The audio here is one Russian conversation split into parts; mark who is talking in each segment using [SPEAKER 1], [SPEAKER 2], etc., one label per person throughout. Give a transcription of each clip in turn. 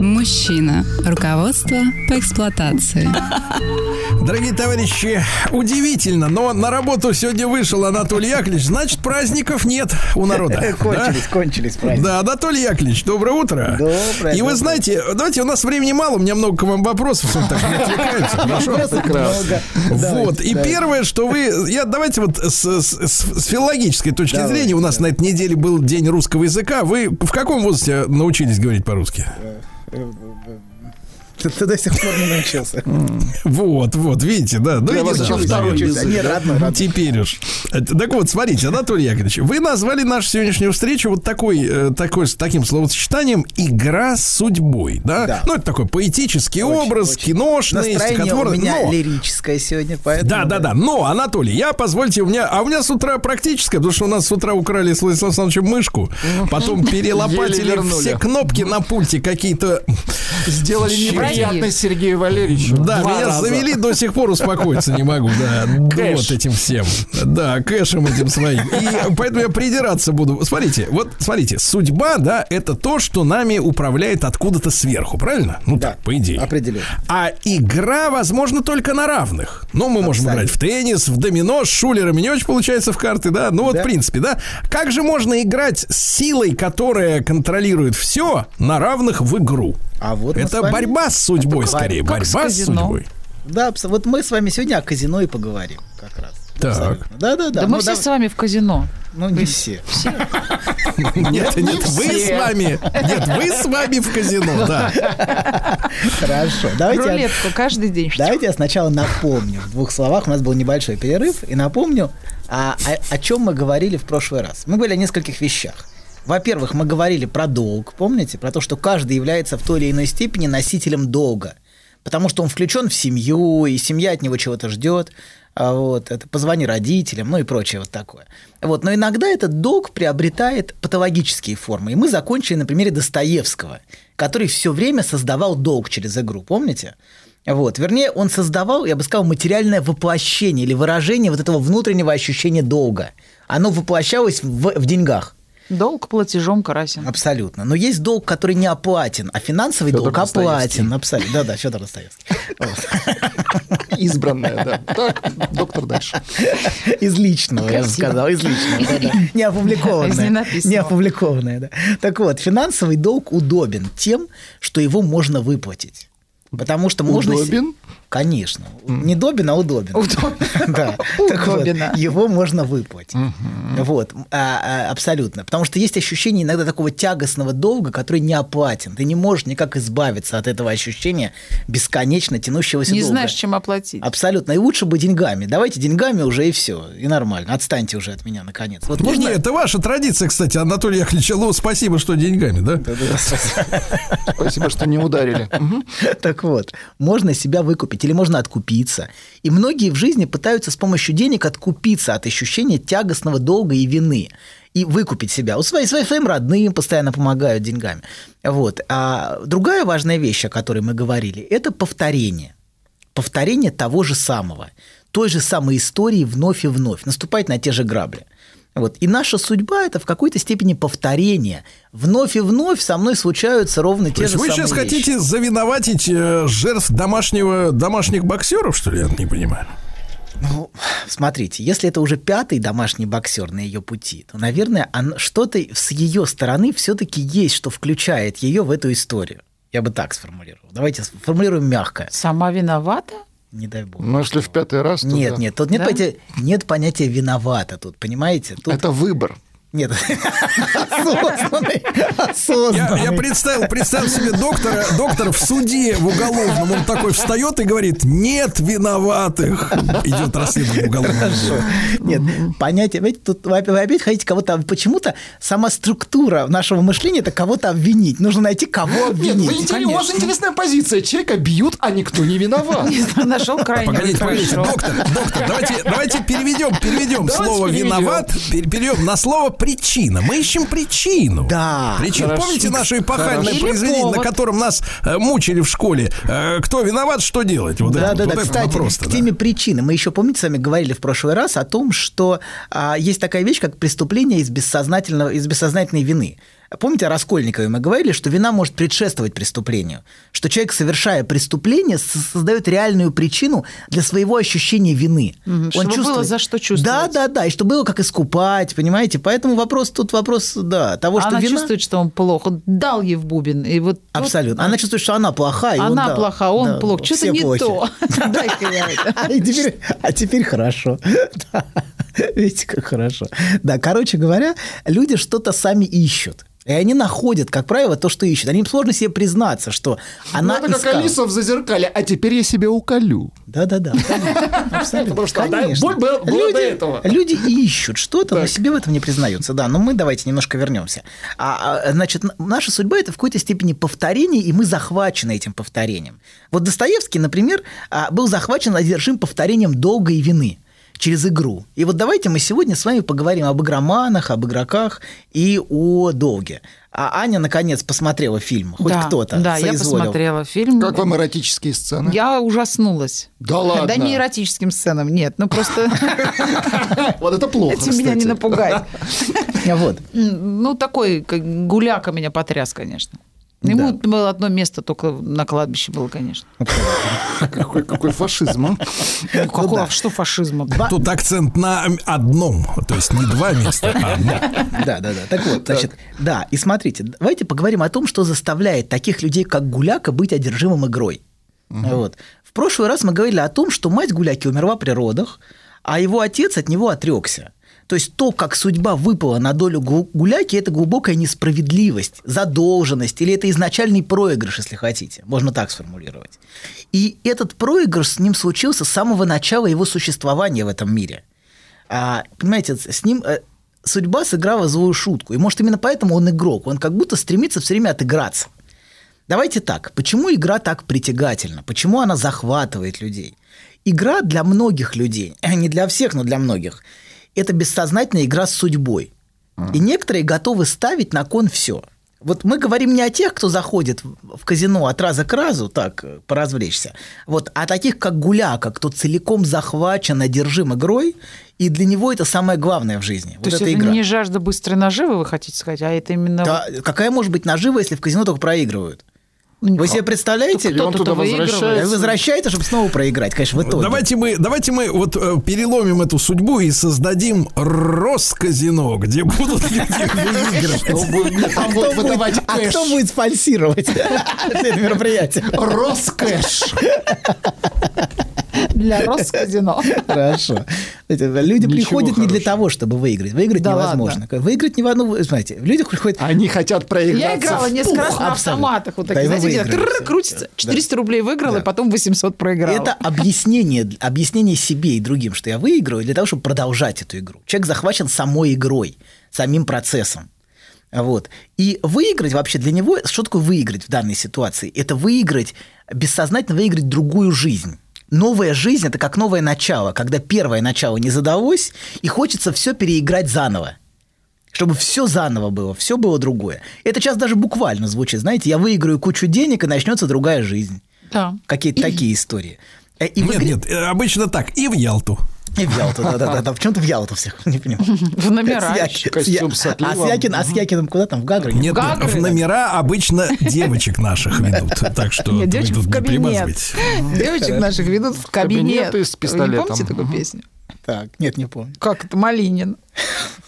[SPEAKER 1] Мужчина. Руководство по эксплуатации.
[SPEAKER 2] Дорогие товарищи, удивительно, но на работу сегодня вышел Анатолий Яковлевич, значит, праздников нет у народа.
[SPEAKER 3] Кончились, кончились праздники.
[SPEAKER 2] Да, Анатолий Яковлевич, доброе утро.
[SPEAKER 3] Доброе,
[SPEAKER 2] И вы
[SPEAKER 3] доброе.
[SPEAKER 2] знаете, давайте, у нас времени мало, у меня много к вам вопросов, сегодня так не отвлекаемся, хорошо?
[SPEAKER 3] Много.
[SPEAKER 2] Вот,
[SPEAKER 3] Давайте,
[SPEAKER 2] и
[SPEAKER 3] да.
[SPEAKER 2] первое, что вы... Я, давайте вот с, с- с- с филологической точки
[SPEAKER 3] Давайте,
[SPEAKER 2] зрения, у нас на этой неделе был День русского языка. Вы в каком возрасте научились говорить по-русски?
[SPEAKER 3] Э. Ты, ты до сих пор не научился.
[SPEAKER 2] Ну, Вот, вот, видите, да. Ну, иди
[SPEAKER 3] Сейчас
[SPEAKER 2] нахуй,
[SPEAKER 3] второй
[SPEAKER 2] наверное.
[SPEAKER 3] учишься. Не, родной, родной.
[SPEAKER 2] А Теперь уж. Э, Так вот, смотрите, Анатолий Яковлевич, вы назвали нашу сегодняшнюю встречу вот такой, э, такой, с таким словосочетанием «игра с судьбой», да?
[SPEAKER 3] Да.
[SPEAKER 2] Ну, это такой поэтический образ,
[SPEAKER 3] очень.
[SPEAKER 2] киношный,
[SPEAKER 3] Настроение у
[SPEAKER 2] стихотворный.
[SPEAKER 3] меня
[SPEAKER 2] но-
[SPEAKER 3] лирическое сегодня, поэтому...
[SPEAKER 2] Да, да, да. Но, Анатолий, я, позвольте, у меня... А у меня с утра практическое, потому что у нас с утра украли с Владиславом Александровичем мышку, потом перелопатили все кнопки на пульте какие-то...
[SPEAKER 4] Сделали неприятность Сергею Валерьевичу.
[SPEAKER 2] Да,
[SPEAKER 4] Два
[SPEAKER 2] меня
[SPEAKER 4] раза.
[SPEAKER 2] завели, до сих пор успокоиться не могу, да.
[SPEAKER 4] Кэш.
[SPEAKER 2] Вот этим всем. Да, кэшем этим своим. И поэтому я придираться буду. Смотрите, вот смотрите, судьба, да, это то, что нами управляет откуда-то сверху, правильно? Ну
[SPEAKER 3] Да,
[SPEAKER 2] так, по идее.
[SPEAKER 3] определенно.
[SPEAKER 2] А игра возможна только на равных. Ну, мы можем
[SPEAKER 3] Абсолютно.
[SPEAKER 2] играть в теннис, в домино, с шулерами не очень получается в карты, да. Ну вот,
[SPEAKER 3] Да.
[SPEAKER 2] в принципе, да. Как же можно играть с силой, которая контролирует все, на равных в игру?
[SPEAKER 3] А вот мы с
[SPEAKER 2] это
[SPEAKER 3] вами-
[SPEAKER 2] борьба с судьбой,
[SPEAKER 4] как-
[SPEAKER 2] скорее.
[SPEAKER 4] как с
[SPEAKER 2] борьба с
[SPEAKER 4] казино.
[SPEAKER 2] судьбой.
[SPEAKER 3] Да, абсо- вот мы с вами сегодня о казино и поговорим как раз.
[SPEAKER 2] Так.
[SPEAKER 3] Абсолютно. Да, да, да.
[SPEAKER 5] Да
[SPEAKER 3] Ну,
[SPEAKER 5] мы все
[SPEAKER 3] да-
[SPEAKER 5] с вами в казино.
[SPEAKER 3] Ну, не все.
[SPEAKER 2] Нет, нет, вы с вами. Нет, вы с вами в казино, да.
[SPEAKER 3] Хорошо. Давайте я-
[SPEAKER 5] Рулетку каждый день.
[SPEAKER 3] Давайте я сначала напомню. В двух словах у нас был небольшой перерыв. И напомню, а- о, чем мы говорили в прошлый раз. Мы говорили о нескольких вещах. Во-первых, мы говорили про долг, помните? Про то, что каждый является в той или иной степени носителем долга. Потому что он включен в семью, и семья от него чего-то ждет. А Вот, это позвони родителям, ну и прочее вот такое. Вот, но иногда этот долг приобретает патологические формы. И мы закончили на примере Достоевского, который все время создавал долг через игру, помните? Вот. Вернее, он создавал, я бы сказал, материальное воплощение или выражение вот этого внутреннего ощущения долга. Оно воплощалось в, в деньгах.
[SPEAKER 5] Долг платежом карасин.
[SPEAKER 3] Абсолютно. Но есть долг, который не оплатен, а финансовый долг оплатен. Абсолютно. Да-да, Федор Достоевский.
[SPEAKER 4] Избранная, да. Так, доктор дальше.
[SPEAKER 3] Из личного, я бы
[SPEAKER 5] Красиво.
[SPEAKER 3] сказал, из личного. да-да. Не
[SPEAKER 5] Из
[SPEAKER 3] опубликованное.
[SPEAKER 5] ненаписанного.
[SPEAKER 3] Не опубликованное, да. Так вот, финансовый долг удобен тем, что его можно выплатить. Потому что можно... се-
[SPEAKER 4] Удобен?
[SPEAKER 3] Конечно. Не добен, а удобен. Да. Так вот,
[SPEAKER 5] Удобина.
[SPEAKER 3] его можно выплатить. Вот, а, а, абсолютно. Потому что есть ощущение иногда такого тягостного долга, который не оплатен. Ты не можешь никак избавиться от этого ощущения бесконечно тянущегося
[SPEAKER 5] Не
[SPEAKER 3] долга.
[SPEAKER 5] знаешь, чем оплатить.
[SPEAKER 3] Абсолютно. И лучше бы деньгами. Давайте деньгами уже и все. И нормально. Отстаньте уже от меня, наконец. Вот
[SPEAKER 2] Ну, Не, не, это ваша традиция, кстати, Анатолий Яковлевич. Ну, спасибо, что деньгами, да?
[SPEAKER 4] Спасибо, что не ударили. Мгм.
[SPEAKER 3] Так вот, можно себя выкупить или можно откупиться. И многие в жизни пытаются с помощью денег откупиться от ощущения тягостного долга и вины и выкупить себя. У своих, своих- своим родным постоянно помогают деньгами. Вот. А другая важная вещь, о которой мы говорили, это повторение. Повторение того же самого, той же самой истории вновь и вновь, наступать на те же грабли. Вот. И наша судьба – это в какой-то степени повторение. Вновь и вновь со мной случаются ровно
[SPEAKER 2] То
[SPEAKER 3] те
[SPEAKER 2] есть
[SPEAKER 3] же
[SPEAKER 2] вы
[SPEAKER 3] самые
[SPEAKER 2] сейчас
[SPEAKER 3] вещи.
[SPEAKER 2] хотите завиноватить э, жертв домашнего, домашних боксеров, что ли? Я не понимаю.
[SPEAKER 3] Ну, смотрите, если это уже пятый домашний боксер на ее пути, то, наверное, он- что-то с ее стороны все-таки есть, что включает ее в эту историю. Я бы так сформулировал. Давайте сформулируем мягко.
[SPEAKER 5] Сама виновата?
[SPEAKER 3] Не дай бог.
[SPEAKER 4] Ну, если в пятый раз, то
[SPEAKER 3] нет,
[SPEAKER 4] да.
[SPEAKER 3] нет, тут нет,
[SPEAKER 5] Да?
[SPEAKER 3] понятия, нет понятия виновата тут, понимаете? Тут
[SPEAKER 4] Это выбор.
[SPEAKER 3] Нет, осознанный.
[SPEAKER 2] Я, я
[SPEAKER 3] Осознанный.
[SPEAKER 2] представил, представил себе доктора, доктор в суде в уголовном, он такой встает и говорит, нет виноватых. Идет расследование уголовного. дела.
[SPEAKER 3] Нет, понятие. Видите, тут вы опять, вы опять хотите кого-то... Почему-то сама структура нашего мышления – это кого-то обвинить. Нужно найти, кого
[SPEAKER 4] Нет, ну,
[SPEAKER 3] обвинить.
[SPEAKER 4] интерес- у вас интересная позиция. Человека бьют, а никто не виноват.
[SPEAKER 5] Не знаю, нашел крайне
[SPEAKER 2] Погодите, погодите, доктор, доктор, давайте, давайте переведем, переведем
[SPEAKER 4] Давайте
[SPEAKER 2] слово
[SPEAKER 4] переведем.
[SPEAKER 2] виноват, пере- переведем на слово причина. Мы ищем причину.
[SPEAKER 3] Да.
[SPEAKER 2] Причину.
[SPEAKER 4] Хорошо.
[SPEAKER 2] Помните наше эпохальное
[SPEAKER 5] Или
[SPEAKER 2] произведение, на
[SPEAKER 5] повод.
[SPEAKER 2] котором нас э, мучили в школе? Э, кто виноват, что делать? Вот
[SPEAKER 3] Да,
[SPEAKER 2] это,
[SPEAKER 3] да,
[SPEAKER 2] вот
[SPEAKER 3] да.
[SPEAKER 2] это
[SPEAKER 3] Кстати,
[SPEAKER 2] просто,
[SPEAKER 3] к
[SPEAKER 2] да.
[SPEAKER 3] теме причины. Мы еще, помните, с вами говорили в прошлый раз о том, что а, есть такая вещь, как преступление из, бессознательного, из бессознательной вины. Помните, о Раскольникове мы говорили, что вина может предшествовать преступлению, что человек, совершая преступление, с- создает реальную причину для своего ощущения вины.
[SPEAKER 5] чтобы было за что чувствовать.
[SPEAKER 3] Да, да, да, и что было как искупать, понимаете? Поэтому вопрос тут вопрос, да, того, что
[SPEAKER 5] А Она
[SPEAKER 3] вина...
[SPEAKER 5] чувствует, что он плохо. Дал ей в бубен. И вот тут
[SPEAKER 3] Абсолютно. Она чувствует, что она плоха. и он,
[SPEAKER 5] Ну, а- Она
[SPEAKER 3] да,
[SPEAKER 5] плоха, а он
[SPEAKER 3] да,
[SPEAKER 5] плох. Что-то
[SPEAKER 3] все
[SPEAKER 5] не
[SPEAKER 3] плохи.
[SPEAKER 5] то. Дай-ка я это.
[SPEAKER 3] И теперь- а теперь хорошо. Да. Видите, как хорошо. Да, короче говоря, люди что-то сами ищут. И они находят, как правило, то, что ищут. Они им сложно себе признаться, что она
[SPEAKER 4] Надо Ну, как
[SPEAKER 3] искала.
[SPEAKER 4] Алиса в зазеркале, а теперь я себе уколю.
[SPEAKER 3] Да-да-да. абсолютно, Абсолютно.
[SPEAKER 4] Потому что, да,
[SPEAKER 3] Конечно.
[SPEAKER 4] боль была- была до
[SPEAKER 3] Люди-
[SPEAKER 4] этого.
[SPEAKER 3] Люди ищут что-то, но
[SPEAKER 4] Так.
[SPEAKER 3] себе в этом не признаются. Да, но мы давайте немножко вернемся. А, а, значит, н- наша судьба это в какой-то степени повторение, и мы захвачены этим повторением. Вот Достоевский, например, а, был захвачен одержим повторением долга и вины через игру. И вот давайте мы сегодня с вами поговорим об игроманах, об игроках и о долге. А Аня, наконец, посмотрела фильм. Хоть
[SPEAKER 5] Да,
[SPEAKER 3] кто-то
[SPEAKER 5] Да, я
[SPEAKER 3] соизволил.
[SPEAKER 5] посмотрела фильм.
[SPEAKER 4] Как вам эротические сцены?
[SPEAKER 5] Я ужаснулась.
[SPEAKER 4] Да ладно.
[SPEAKER 5] Да не эротическим сценам, нет. Ну просто
[SPEAKER 4] Вот это плохо,
[SPEAKER 5] этим меня не
[SPEAKER 4] кстати.
[SPEAKER 5] напугать.
[SPEAKER 3] Вот.
[SPEAKER 5] М, Ну, такой как гуляка меня потряс, конечно. Ему было одно место только на кладбище было, конечно.
[SPEAKER 4] Какой, какой фашизм, а?
[SPEAKER 5] Ну, какого- Что фашизма?
[SPEAKER 2] Тут акцент на одном, то есть не два места, а одно.
[SPEAKER 3] Да, да, да. Так вот, значит, да, и смотрите, давайте поговорим о том, что заставляет таких людей, как Гуляка, быть одержимым игрой. Вот. В прошлый раз мы говорили о том, что мать Гуляки умерла при родах, а его отец от него отрекся. То есть то, как судьба выпала на долю Гу- Гуляки, это глубокая несправедливость, задолженность, или это изначальный проигрыш, если хотите. Можно так сформулировать. И этот проигрыш с ним случился с самого начала его существования в этом мире. А, понимаете, с с ним э, судьба сыграла злую шутку. И может именно поэтому он игрок. Он как будто стремится все время отыграться. Давайте так. Почему игра так притягательна? Почему она захватывает людей? Игра для многих людей, а не для всех, но для многих, это бессознательная игра с судьбой. И некоторые готовы ставить на кон все. Вот мы говорим не о тех, кто заходит в в казино от раза к разу, так, э, поразвлечься, вот, а таких, как Гуляка, кто целиком захвачен, одержим игрой, и для него это самое главное в жизни.
[SPEAKER 5] То
[SPEAKER 3] вот
[SPEAKER 5] есть
[SPEAKER 3] эта
[SPEAKER 5] это
[SPEAKER 3] игра.
[SPEAKER 5] не жажда быстрой наживы, вы хотите сказать, а это именно...
[SPEAKER 3] Да, какая может быть нажива, если в казино только проигрывают? Вы себе представляете?
[SPEAKER 4] он туда возвращается.
[SPEAKER 3] Э, Возвращается, чтобы снова проиграть, конечно, в итоге.
[SPEAKER 2] Давайте мы, давайте мы вот э, переломим эту судьбу и создадим Росказино, где будут люди выигрывать.
[SPEAKER 4] Ну, будет- нет,
[SPEAKER 3] А
[SPEAKER 4] Там
[SPEAKER 3] кто,
[SPEAKER 4] будет выдавать
[SPEAKER 3] будет, а
[SPEAKER 4] кэш.
[SPEAKER 3] кто будет спонсировать это мероприятие?
[SPEAKER 4] Роскэш.
[SPEAKER 5] Для Росказино.
[SPEAKER 3] Хорошо. Знаете, Люди
[SPEAKER 4] Ничего
[SPEAKER 3] приходят не для
[SPEAKER 4] хорошего.
[SPEAKER 3] того, чтобы выиграть. Выиграть
[SPEAKER 5] Да
[SPEAKER 3] невозможно. Выиграть невозможно. Знаете, люди приходят...
[SPEAKER 4] Они хотят проиграться.
[SPEAKER 5] Я играла
[SPEAKER 4] в
[SPEAKER 5] несколько раз
[SPEAKER 3] пух,
[SPEAKER 5] на
[SPEAKER 3] абсолютно.
[SPEAKER 5] автоматах. Вот
[SPEAKER 3] Да,
[SPEAKER 5] такие,
[SPEAKER 3] и вы
[SPEAKER 5] знаете, где
[SPEAKER 3] выиграли
[SPEAKER 5] трррр,
[SPEAKER 3] всё. Да.
[SPEAKER 5] крутится. 400 рублей выиграла, и потом 800 проиграла.
[SPEAKER 3] Это объяснение, объяснение себе и другим, что я выиграю, для того, чтобы продолжать эту игру. Человек захвачен самой игрой, самим процессом. Вот. И выиграть вообще для него, что такое выиграть в данной ситуации? Это выиграть, бессознательно выиграть другую жизнь. Новая жизнь – это как новое начало, когда первое начало не задалось, и хочется все переиграть заново. Чтобы все заново было, все было другое. Это сейчас даже буквально звучит. Знаете, я выиграю кучу денег, и начнется другая жизнь.
[SPEAKER 5] Да.
[SPEAKER 3] Какие-то такие истории. Э, И в
[SPEAKER 2] Нет,
[SPEAKER 3] игре-
[SPEAKER 2] нет, э, обычно так, и в Ялту.
[SPEAKER 3] И в Ялту, да-да-да. да. Почему-то в Ялту всех, не понимаю.
[SPEAKER 5] В номера.
[SPEAKER 3] С Якин-
[SPEAKER 4] Костюм
[SPEAKER 3] с
[SPEAKER 4] с
[SPEAKER 3] Я- А
[SPEAKER 4] отливом.
[SPEAKER 3] с Якин- а с Якиным куда там? В Гагры?
[SPEAKER 2] Нет,
[SPEAKER 5] Гагры.
[SPEAKER 2] нет, в номера обычно девочек наших ведут. Так что
[SPEAKER 5] Нет,
[SPEAKER 2] вы
[SPEAKER 5] девочек
[SPEAKER 2] тут
[SPEAKER 5] в
[SPEAKER 2] не
[SPEAKER 5] кабинет.
[SPEAKER 2] примазывайтесь.
[SPEAKER 5] Девочек наших ведут в кабинет.
[SPEAKER 4] Кабинеты с
[SPEAKER 5] Вы
[SPEAKER 4] пистолетом.
[SPEAKER 5] Не помните такую песню?
[SPEAKER 3] Так, нет, не помню.
[SPEAKER 5] Как это, Малинин.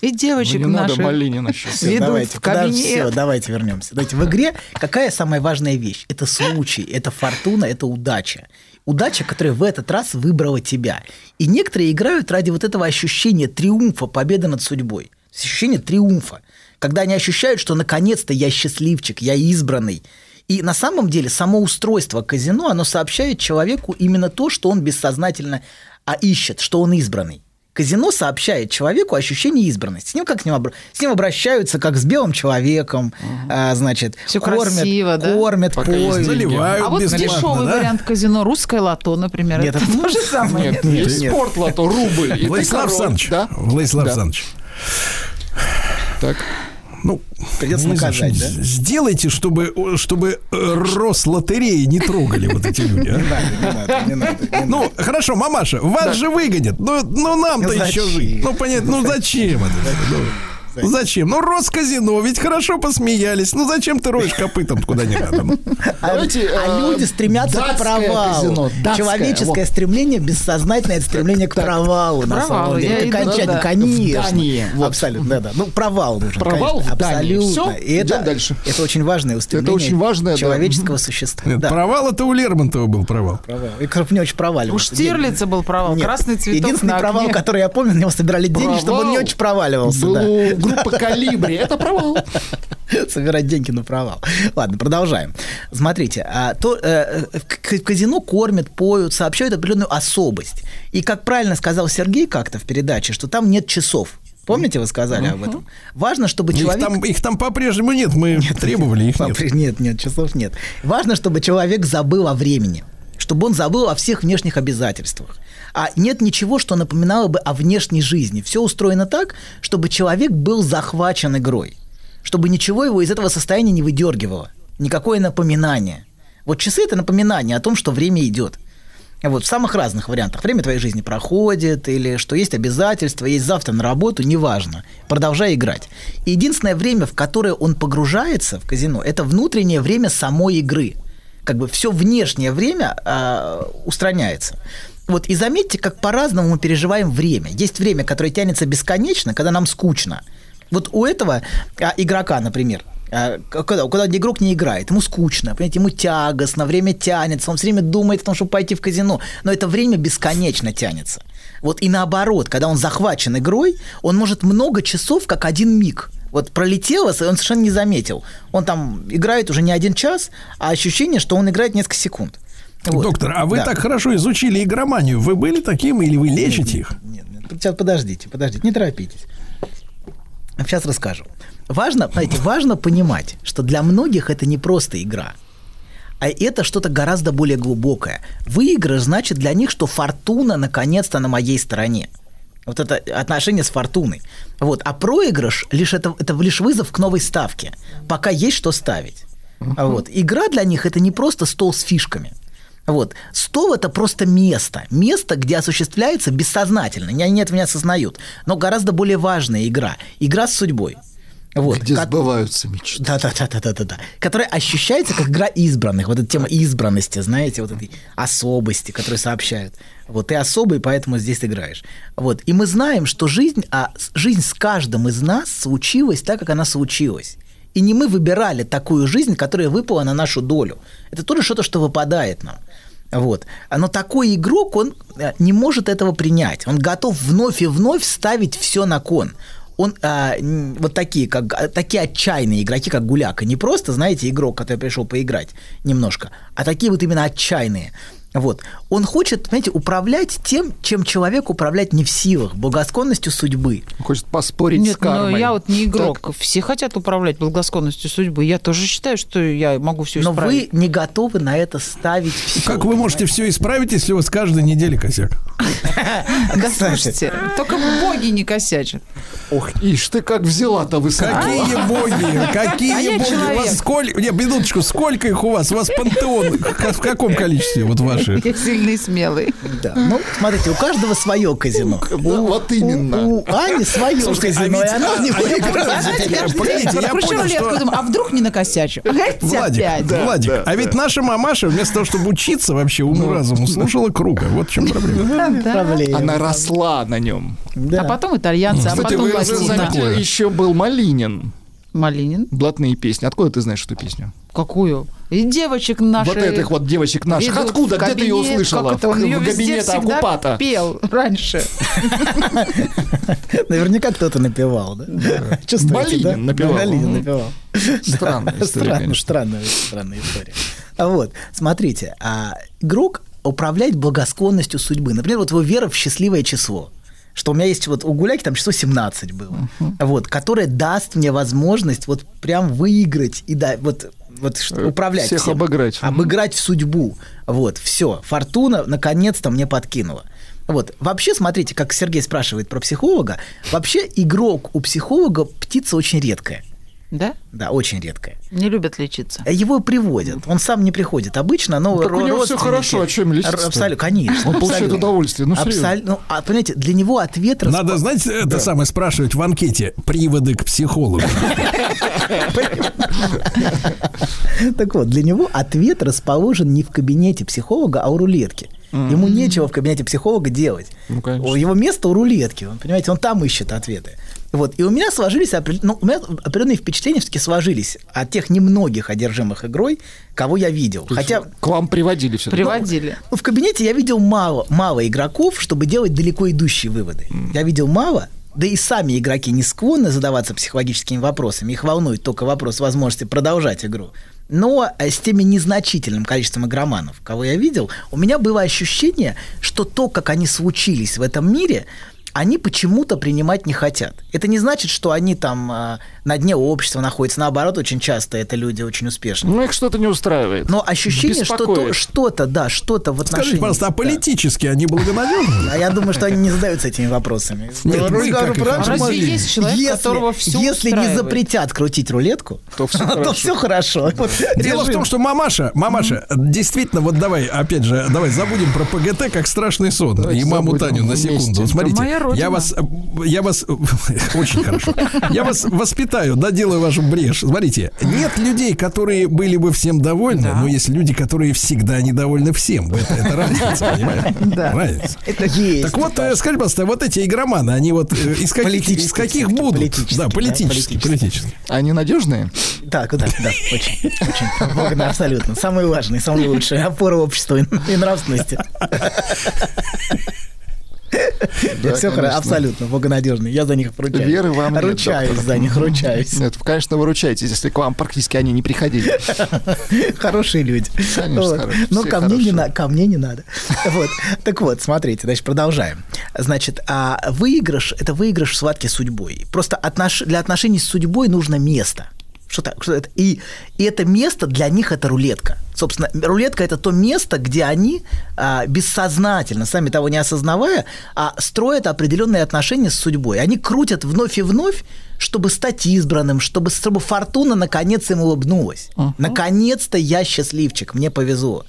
[SPEAKER 5] И девочек
[SPEAKER 4] Ну, Не надо
[SPEAKER 5] наших.
[SPEAKER 4] Малинина сейчас.
[SPEAKER 5] Ведут
[SPEAKER 3] давайте,
[SPEAKER 5] в кабинет.
[SPEAKER 3] все, давайте вернемся. Давайте, в игре какая самая важная вещь? Это случай, это фортуна, это удача. Удача, которая в этот раз выбрала тебя. И некоторые играют ради вот этого ощущения триумфа, победы над судьбой. ощущение триумфа, когда они ощущают, что наконец-то я счастливчик, я избранный. И на самом деле само устройство казино, оно сообщает человеку именно то, что он бессознательно а ищет, что он избранный. Казино сообщает человеку ощущение избранности. С ним как к ним, обра- с ним обращаются, как с белым человеком, а, значит,
[SPEAKER 5] Всё
[SPEAKER 3] кормят,
[SPEAKER 5] красиво, да?
[SPEAKER 3] кормят,
[SPEAKER 6] Пока есть
[SPEAKER 3] поют.
[SPEAKER 6] деньги.
[SPEAKER 2] Заливают
[SPEAKER 5] А вот
[SPEAKER 2] бесплатно,
[SPEAKER 5] дешевый
[SPEAKER 2] да?
[SPEAKER 5] вариант казино русское лото, например.
[SPEAKER 3] Нет, это то же самое.
[SPEAKER 4] Нет, есть спорт, лото, рубль. и ты
[SPEAKER 2] Владислав
[SPEAKER 4] король.
[SPEAKER 2] Александрович,
[SPEAKER 4] Да.
[SPEAKER 2] Владислав
[SPEAKER 4] Да.
[SPEAKER 2] Александрович,
[SPEAKER 4] Так.
[SPEAKER 2] ну,
[SPEAKER 3] Придется
[SPEAKER 2] не знаю,
[SPEAKER 3] наказать,
[SPEAKER 2] что-
[SPEAKER 3] да?
[SPEAKER 2] сделайте, чтобы, э, чтобы э, Рослотереи не трогали вот эти люди. а.
[SPEAKER 3] Не надо, не надо, не надо.
[SPEAKER 2] Ну, хорошо, мамаша, вас же выгонят. Ну, ну нам-то
[SPEAKER 3] Ну,
[SPEAKER 2] еще
[SPEAKER 3] зачем?
[SPEAKER 2] жить. Ну, понятно, ну зачем это? всё? Ну, Зачем? Ну, Росказино, ведь хорошо посмеялись. Ну, зачем ты роешь копытом куда не надо? Ну,
[SPEAKER 3] А,
[SPEAKER 4] Давайте,
[SPEAKER 3] а
[SPEAKER 4] э,
[SPEAKER 3] люди стремятся к
[SPEAKER 4] датское
[SPEAKER 3] провалу.
[SPEAKER 4] казино, датское,
[SPEAKER 3] Человеческое стремление бессознательное это стремление к провалу, на
[SPEAKER 5] Провалу,
[SPEAKER 3] самом
[SPEAKER 5] я
[SPEAKER 3] деле.
[SPEAKER 5] иду,
[SPEAKER 3] Это окончательно,
[SPEAKER 5] да.
[SPEAKER 3] конечно.
[SPEAKER 4] В Дании, вот.
[SPEAKER 3] Абсолютно, да, да. Ну, провал нужен.
[SPEAKER 4] Провал
[SPEAKER 3] конечно,
[SPEAKER 4] в Дании.
[SPEAKER 3] Абсолютно.
[SPEAKER 4] Всё,
[SPEAKER 3] И это,
[SPEAKER 4] идём дальше.
[SPEAKER 3] это очень важное устремление
[SPEAKER 4] очень важное, да.
[SPEAKER 3] человеческого существа.
[SPEAKER 2] Нет,
[SPEAKER 3] Да,
[SPEAKER 2] провал это у Лермонтова был провал.
[SPEAKER 3] провал. И Крупневич проваливался.
[SPEAKER 5] У Штирлица был провал,
[SPEAKER 3] Нет.
[SPEAKER 5] красный цветок
[SPEAKER 3] Единственный
[SPEAKER 5] на
[SPEAKER 3] провал,
[SPEAKER 5] окне.
[SPEAKER 3] который я помню, на него собирали деньги, чтобы он не
[SPEAKER 4] Провал
[SPEAKER 3] очень проваливался.
[SPEAKER 4] Был
[SPEAKER 3] да.
[SPEAKER 4] у группы Калибри. Это провал.
[SPEAKER 3] собирать деньги на провал. Ладно, продолжаем. Смотрите, а, то, э, э, в к- в казино кормят, поют, сообщают определенную особость. И, как правильно сказал Сергей как-то в передаче, что там нет часов. Помните, вы сказали об этом? Важно, чтобы
[SPEAKER 2] Ну, Их
[SPEAKER 3] человек...
[SPEAKER 2] там, их там по-прежнему нет, мы требовали их нет.
[SPEAKER 3] Попри- Нет, нет, часов нет. Важно, чтобы человек забыл о времени, чтобы он забыл о всех внешних обязательствах. А нет ничего, что напоминало бы о внешней жизни. Все устроено так, чтобы человек был захвачен игрой, чтобы ничего его из этого состояния не выдергивало, никакое напоминание. Вот часы – это напоминание о том, что время идет. Вот, в самых разных вариантах. Время твоей жизни проходит, или что есть обязательства, есть завтра на работу, неважно. Продолжай играть. И единственное время, в которое он погружается в казино, это внутреннее время самой игры. Как бы все внешнее время а, устраняется. Вот и заметьте, как по-разному мы переживаем время. Есть время, которое тянется бесконечно, когда нам скучно. Вот у этого а, игрока, например, а, к- когда, когда игрок не играет, ему скучно, понимаете, ему тягостно, время тянется, он все время думает о том, чтобы пойти в казино, но это время бесконечно тянется. Вот и наоборот, когда он захвачен игрой, он может много часов, как один миг. Вот пролетело, и он совершенно не заметил. Он там играет уже не один час, а ощущение, что он играет несколько секунд. Вот.
[SPEAKER 2] Доктор, а вы
[SPEAKER 3] Да.
[SPEAKER 2] так хорошо изучили игроманию. Вы были таким или вы лечите их?
[SPEAKER 3] Нет, нет, сейчас подождите, подождите, не торопитесь. Сейчас расскажу. Важно, знаете, важно понимать, что для многих это не просто игра, а это что-то гораздо более глубокое. Выигрыш значит для них, что фортуна наконец-то на моей стороне. Вот это отношение с фортуной. Вот. А проигрыш лишь это, это лишь вызов к новой ставке, пока есть что ставить. А Вот. Игра для них это не просто стол с фишками. Вот. Стол – это просто место. Место, где осуществляется бессознательно. Не- Они этого не осознают. Но гораздо более важная игра. Игра с судьбой. Вот.
[SPEAKER 4] Где
[SPEAKER 3] Ко-
[SPEAKER 4] сбываются мечты.
[SPEAKER 3] да, да, да, да, да, да, да. Которая ощущается как игра избранных. Вот эта тема избранности, знаете, вот этой особости, которую сообщают. Вот ты особый, поэтому здесь ты играешь. Вот. И мы знаем, что жизнь, а с- жизнь с каждым из нас случилась так, как она случилась. И не мы выбирали такую жизнь, которая выпала на нашу долю. Это тоже что-то, что выпадает нам. Вот. А Но такой игрок, он э, не может этого принять. Он готов вновь и вновь ставить все на кон. Он а, н- вот такие, как а, такие отчаянные игроки, как Гуляка, не просто, знаете, игрок, который пришел поиграть немножко, а такие вот именно отчаянные. Вот. Он хочет, знаете, управлять тем, чем человек управлять не в силах, благосклонностью судьбы.
[SPEAKER 4] Хочет поспорить с
[SPEAKER 5] Нет, но
[SPEAKER 4] кармой.
[SPEAKER 5] я вот не игрок. Все хотят управлять благосклонностью судьбы. Я тоже считаю, что я могу все
[SPEAKER 3] Но
[SPEAKER 5] исправить.
[SPEAKER 3] вы не готовы на это ставить все.
[SPEAKER 2] Ну, Как вы можете все исправить, если у вас каждой неделе косяк?
[SPEAKER 5] Да слушайте, только боги не косячат.
[SPEAKER 4] Ох, ишь ты как взяла-то высоко.
[SPEAKER 2] Какие боги?
[SPEAKER 5] А
[SPEAKER 2] Какие
[SPEAKER 5] я
[SPEAKER 2] боги? У
[SPEAKER 5] человек.
[SPEAKER 2] вас сколько? Нет, минуточку, сколько их у вас? У вас пантеон. Как- В каком количестве вот ваши?
[SPEAKER 5] Я сильный и смелый.
[SPEAKER 3] Да. Ну, смотрите, у каждого свое казино.
[SPEAKER 4] Да, Ну, вот именно.
[SPEAKER 3] Ну, У,
[SPEAKER 4] а
[SPEAKER 3] у Ани свое казино, и она в него не
[SPEAKER 5] Знаете,
[SPEAKER 3] пользуется.
[SPEAKER 5] каждый
[SPEAKER 2] погодите,
[SPEAKER 5] день
[SPEAKER 2] я
[SPEAKER 5] откручу
[SPEAKER 2] понял,
[SPEAKER 5] рулетку,
[SPEAKER 2] что-
[SPEAKER 5] думаю, а вдруг не накосячу? Опять,
[SPEAKER 2] Владик,
[SPEAKER 5] опять.
[SPEAKER 2] Владик, а ведь наша мамаша вместо того, чтобы учиться вообще уму-разуму, слушала круга. Вот в чем проблема.
[SPEAKER 3] Проблема.
[SPEAKER 4] Она росла на нем.
[SPEAKER 5] А потом итальянцы, а
[SPEAKER 2] Кстати,
[SPEAKER 5] потом
[SPEAKER 2] вы уже
[SPEAKER 5] латина.
[SPEAKER 2] заметили. Такое.
[SPEAKER 4] Еще был Малинин.
[SPEAKER 5] Малинин.
[SPEAKER 4] Блатные песни. Откуда ты знаешь эту песню?
[SPEAKER 5] Какую? И девочек наших.
[SPEAKER 4] Вот этих вот девочек наших.
[SPEAKER 5] ведут
[SPEAKER 4] Откуда?
[SPEAKER 5] в
[SPEAKER 4] Где ты ее
[SPEAKER 5] кабинет,
[SPEAKER 4] услышала?
[SPEAKER 5] как это, он
[SPEAKER 4] В-
[SPEAKER 5] её
[SPEAKER 4] в
[SPEAKER 5] везде
[SPEAKER 4] кабинете
[SPEAKER 5] всегда
[SPEAKER 4] оккупата.
[SPEAKER 5] пел раньше.
[SPEAKER 3] Наверняка кто-то напевал, да? Чувствуете,
[SPEAKER 4] Малинин
[SPEAKER 3] да?
[SPEAKER 4] напевал.
[SPEAKER 3] Малинин
[SPEAKER 4] Мгм.
[SPEAKER 3] напевал.
[SPEAKER 4] Странная история,
[SPEAKER 3] Странная,
[SPEAKER 4] конечно.
[SPEAKER 3] странная, очень странная история. А Вот, смотрите, а игрок управляет благосклонностью судьбы. Например, вот его вера в счастливое число. Что у меня есть вот у Гуляки там число 17 было. Вот, которое даст мне возможность вот прям выиграть и да, вот вот ш-
[SPEAKER 4] Э,
[SPEAKER 3] управлять
[SPEAKER 4] всех
[SPEAKER 3] всем.
[SPEAKER 4] обыграть.
[SPEAKER 3] Обыграть в судьбу. Вот, все. Фортуна наконец-то мне подкинула. Вот. Вообще, смотрите, как Сергей спрашивает про психолога. Вообще, игрок у психолога птица очень редкая.
[SPEAKER 5] Да?
[SPEAKER 3] Да, очень редкая.
[SPEAKER 5] Не любят лечиться.
[SPEAKER 3] Его приводят. Он сам не приходит. Обычно, но
[SPEAKER 4] Так у него всё
[SPEAKER 3] родственники-
[SPEAKER 4] хорошо, о чём лечиться-то?
[SPEAKER 3] Р- Абсолютно, конечно.
[SPEAKER 4] Он получает
[SPEAKER 3] абсолютно.
[SPEAKER 4] удовольствие, ну, серьёзно.
[SPEAKER 3] Абсолютно. Ну, а, понимаете, для него ответ... расп-
[SPEAKER 2] Надо, знаете, это самое спрашивать в анкете приводы к психологу.
[SPEAKER 3] Так вот, для него ответ расположен не в кабинете психолога, а у рулетки. Ему нечего в кабинете психолога делать.
[SPEAKER 4] Ну, конечно.
[SPEAKER 3] У Его место у рулетки, он, понимаете, он там ищет ответы. Вот. И у меня сложились опре- ну, у меня определенные впечатления все-таки сложились от тех немногих одержимых игрой, кого я видел. Хотя
[SPEAKER 4] К вам приводили все.
[SPEAKER 5] Приводили.
[SPEAKER 3] ну, в кабинете я видел мало, мало игроков, чтобы делать далеко идущие выводы. Я видел мало, да и сами игроки не склонны задаваться психологическими вопросами. Их волнует только вопрос возможности продолжать игру. Но э, с теми незначительным количеством игроманов, кого я видел, у меня было ощущение, что то, как они случились в этом мире, они почему-то принимать не хотят. Это не значит, что они там э, на дне общества находятся. Наоборот, очень часто это люди очень успешные.
[SPEAKER 4] Ну, их что-то не устраивает.
[SPEAKER 3] Но ощущение, что то,
[SPEAKER 4] Беспокоит.
[SPEAKER 3] что-то, да, что-то в отношении...
[SPEAKER 2] Скажите, пожалуйста, а
[SPEAKER 3] Да.
[SPEAKER 2] политически они благонадежны?
[SPEAKER 3] А я думаю, что они не задаются этими вопросами.
[SPEAKER 2] Нет,
[SPEAKER 3] Я
[SPEAKER 2] ну и
[SPEAKER 3] говорю,
[SPEAKER 2] как их
[SPEAKER 3] правда,
[SPEAKER 2] там?
[SPEAKER 5] А разве
[SPEAKER 3] Марина,
[SPEAKER 5] есть человек, которого всё
[SPEAKER 3] Если не
[SPEAKER 5] устраивает?
[SPEAKER 3] запретят крутить рулетку, то все хорошо. Вот
[SPEAKER 2] Дело в
[SPEAKER 3] режим.
[SPEAKER 2] том, что мамаша, мамаша, действительно, вот давай, опять же, давай забудем про ПГТ как страшный сон. и
[SPEAKER 4] Давайте
[SPEAKER 2] маму
[SPEAKER 4] забудем
[SPEAKER 2] Таню на
[SPEAKER 4] вместе.
[SPEAKER 2] секунду. Вот
[SPEAKER 5] Да
[SPEAKER 2] смотрите,
[SPEAKER 5] моя родина.
[SPEAKER 2] я вас, э, я вас, очень хорошо, я вас воспитаю, доделаю вашу брешь. Смотрите, нет людей, которые были бы всем довольны, но есть люди, которые всегда недовольны всем. Это, это разница, понимаете? Разница.
[SPEAKER 3] Это есть.
[SPEAKER 2] Так вот, э, скажи, пожалуйста, вот эти игроманы, они вот э, из каких,
[SPEAKER 3] Политические
[SPEAKER 2] из каких
[SPEAKER 3] всё-таки,
[SPEAKER 2] будут?
[SPEAKER 3] политические,
[SPEAKER 2] да,
[SPEAKER 3] да,
[SPEAKER 2] политически,
[SPEAKER 3] политические.
[SPEAKER 2] политически.
[SPEAKER 4] Они надежные?
[SPEAKER 3] Так, да, да, очень, очень. Богдан, абсолютно. Самый важный, самый лучший. Опора общества и, и нравственности. Все хорошо,
[SPEAKER 4] конечно.
[SPEAKER 3] абсолютно, богонадежный. Я за них ручаюсь.
[SPEAKER 4] Веры вам нет,
[SPEAKER 3] Ручаюсь
[SPEAKER 4] доктор.
[SPEAKER 3] за них, ручаюсь.
[SPEAKER 4] Нет, конечно, вы ручаетесь, если к вам практически они не приходили.
[SPEAKER 3] Хорошие люди.
[SPEAKER 4] Конечно,
[SPEAKER 3] Вот.
[SPEAKER 4] хорошие.
[SPEAKER 3] Но
[SPEAKER 4] Все
[SPEAKER 3] ко мне, не
[SPEAKER 4] хорошие.
[SPEAKER 3] на- ко мне не надо. Вот. Так вот, смотрите, значит, продолжаем. Значит, а выигрыш – это выигрыш в схватке с судьбой. Просто отнош- для отношений с судьбой нужно место. Что так? Что это? И, и это место для них это рулетка. Собственно, рулетка это то место, где они а, бессознательно, сами того не осознавая, а, строят определенные отношения с судьбой. Они крутят вновь и вновь, чтобы стать избранным, чтобы, чтобы фортуна наконец им улыбнулась. Наконец-то я счастливчик, мне повезло.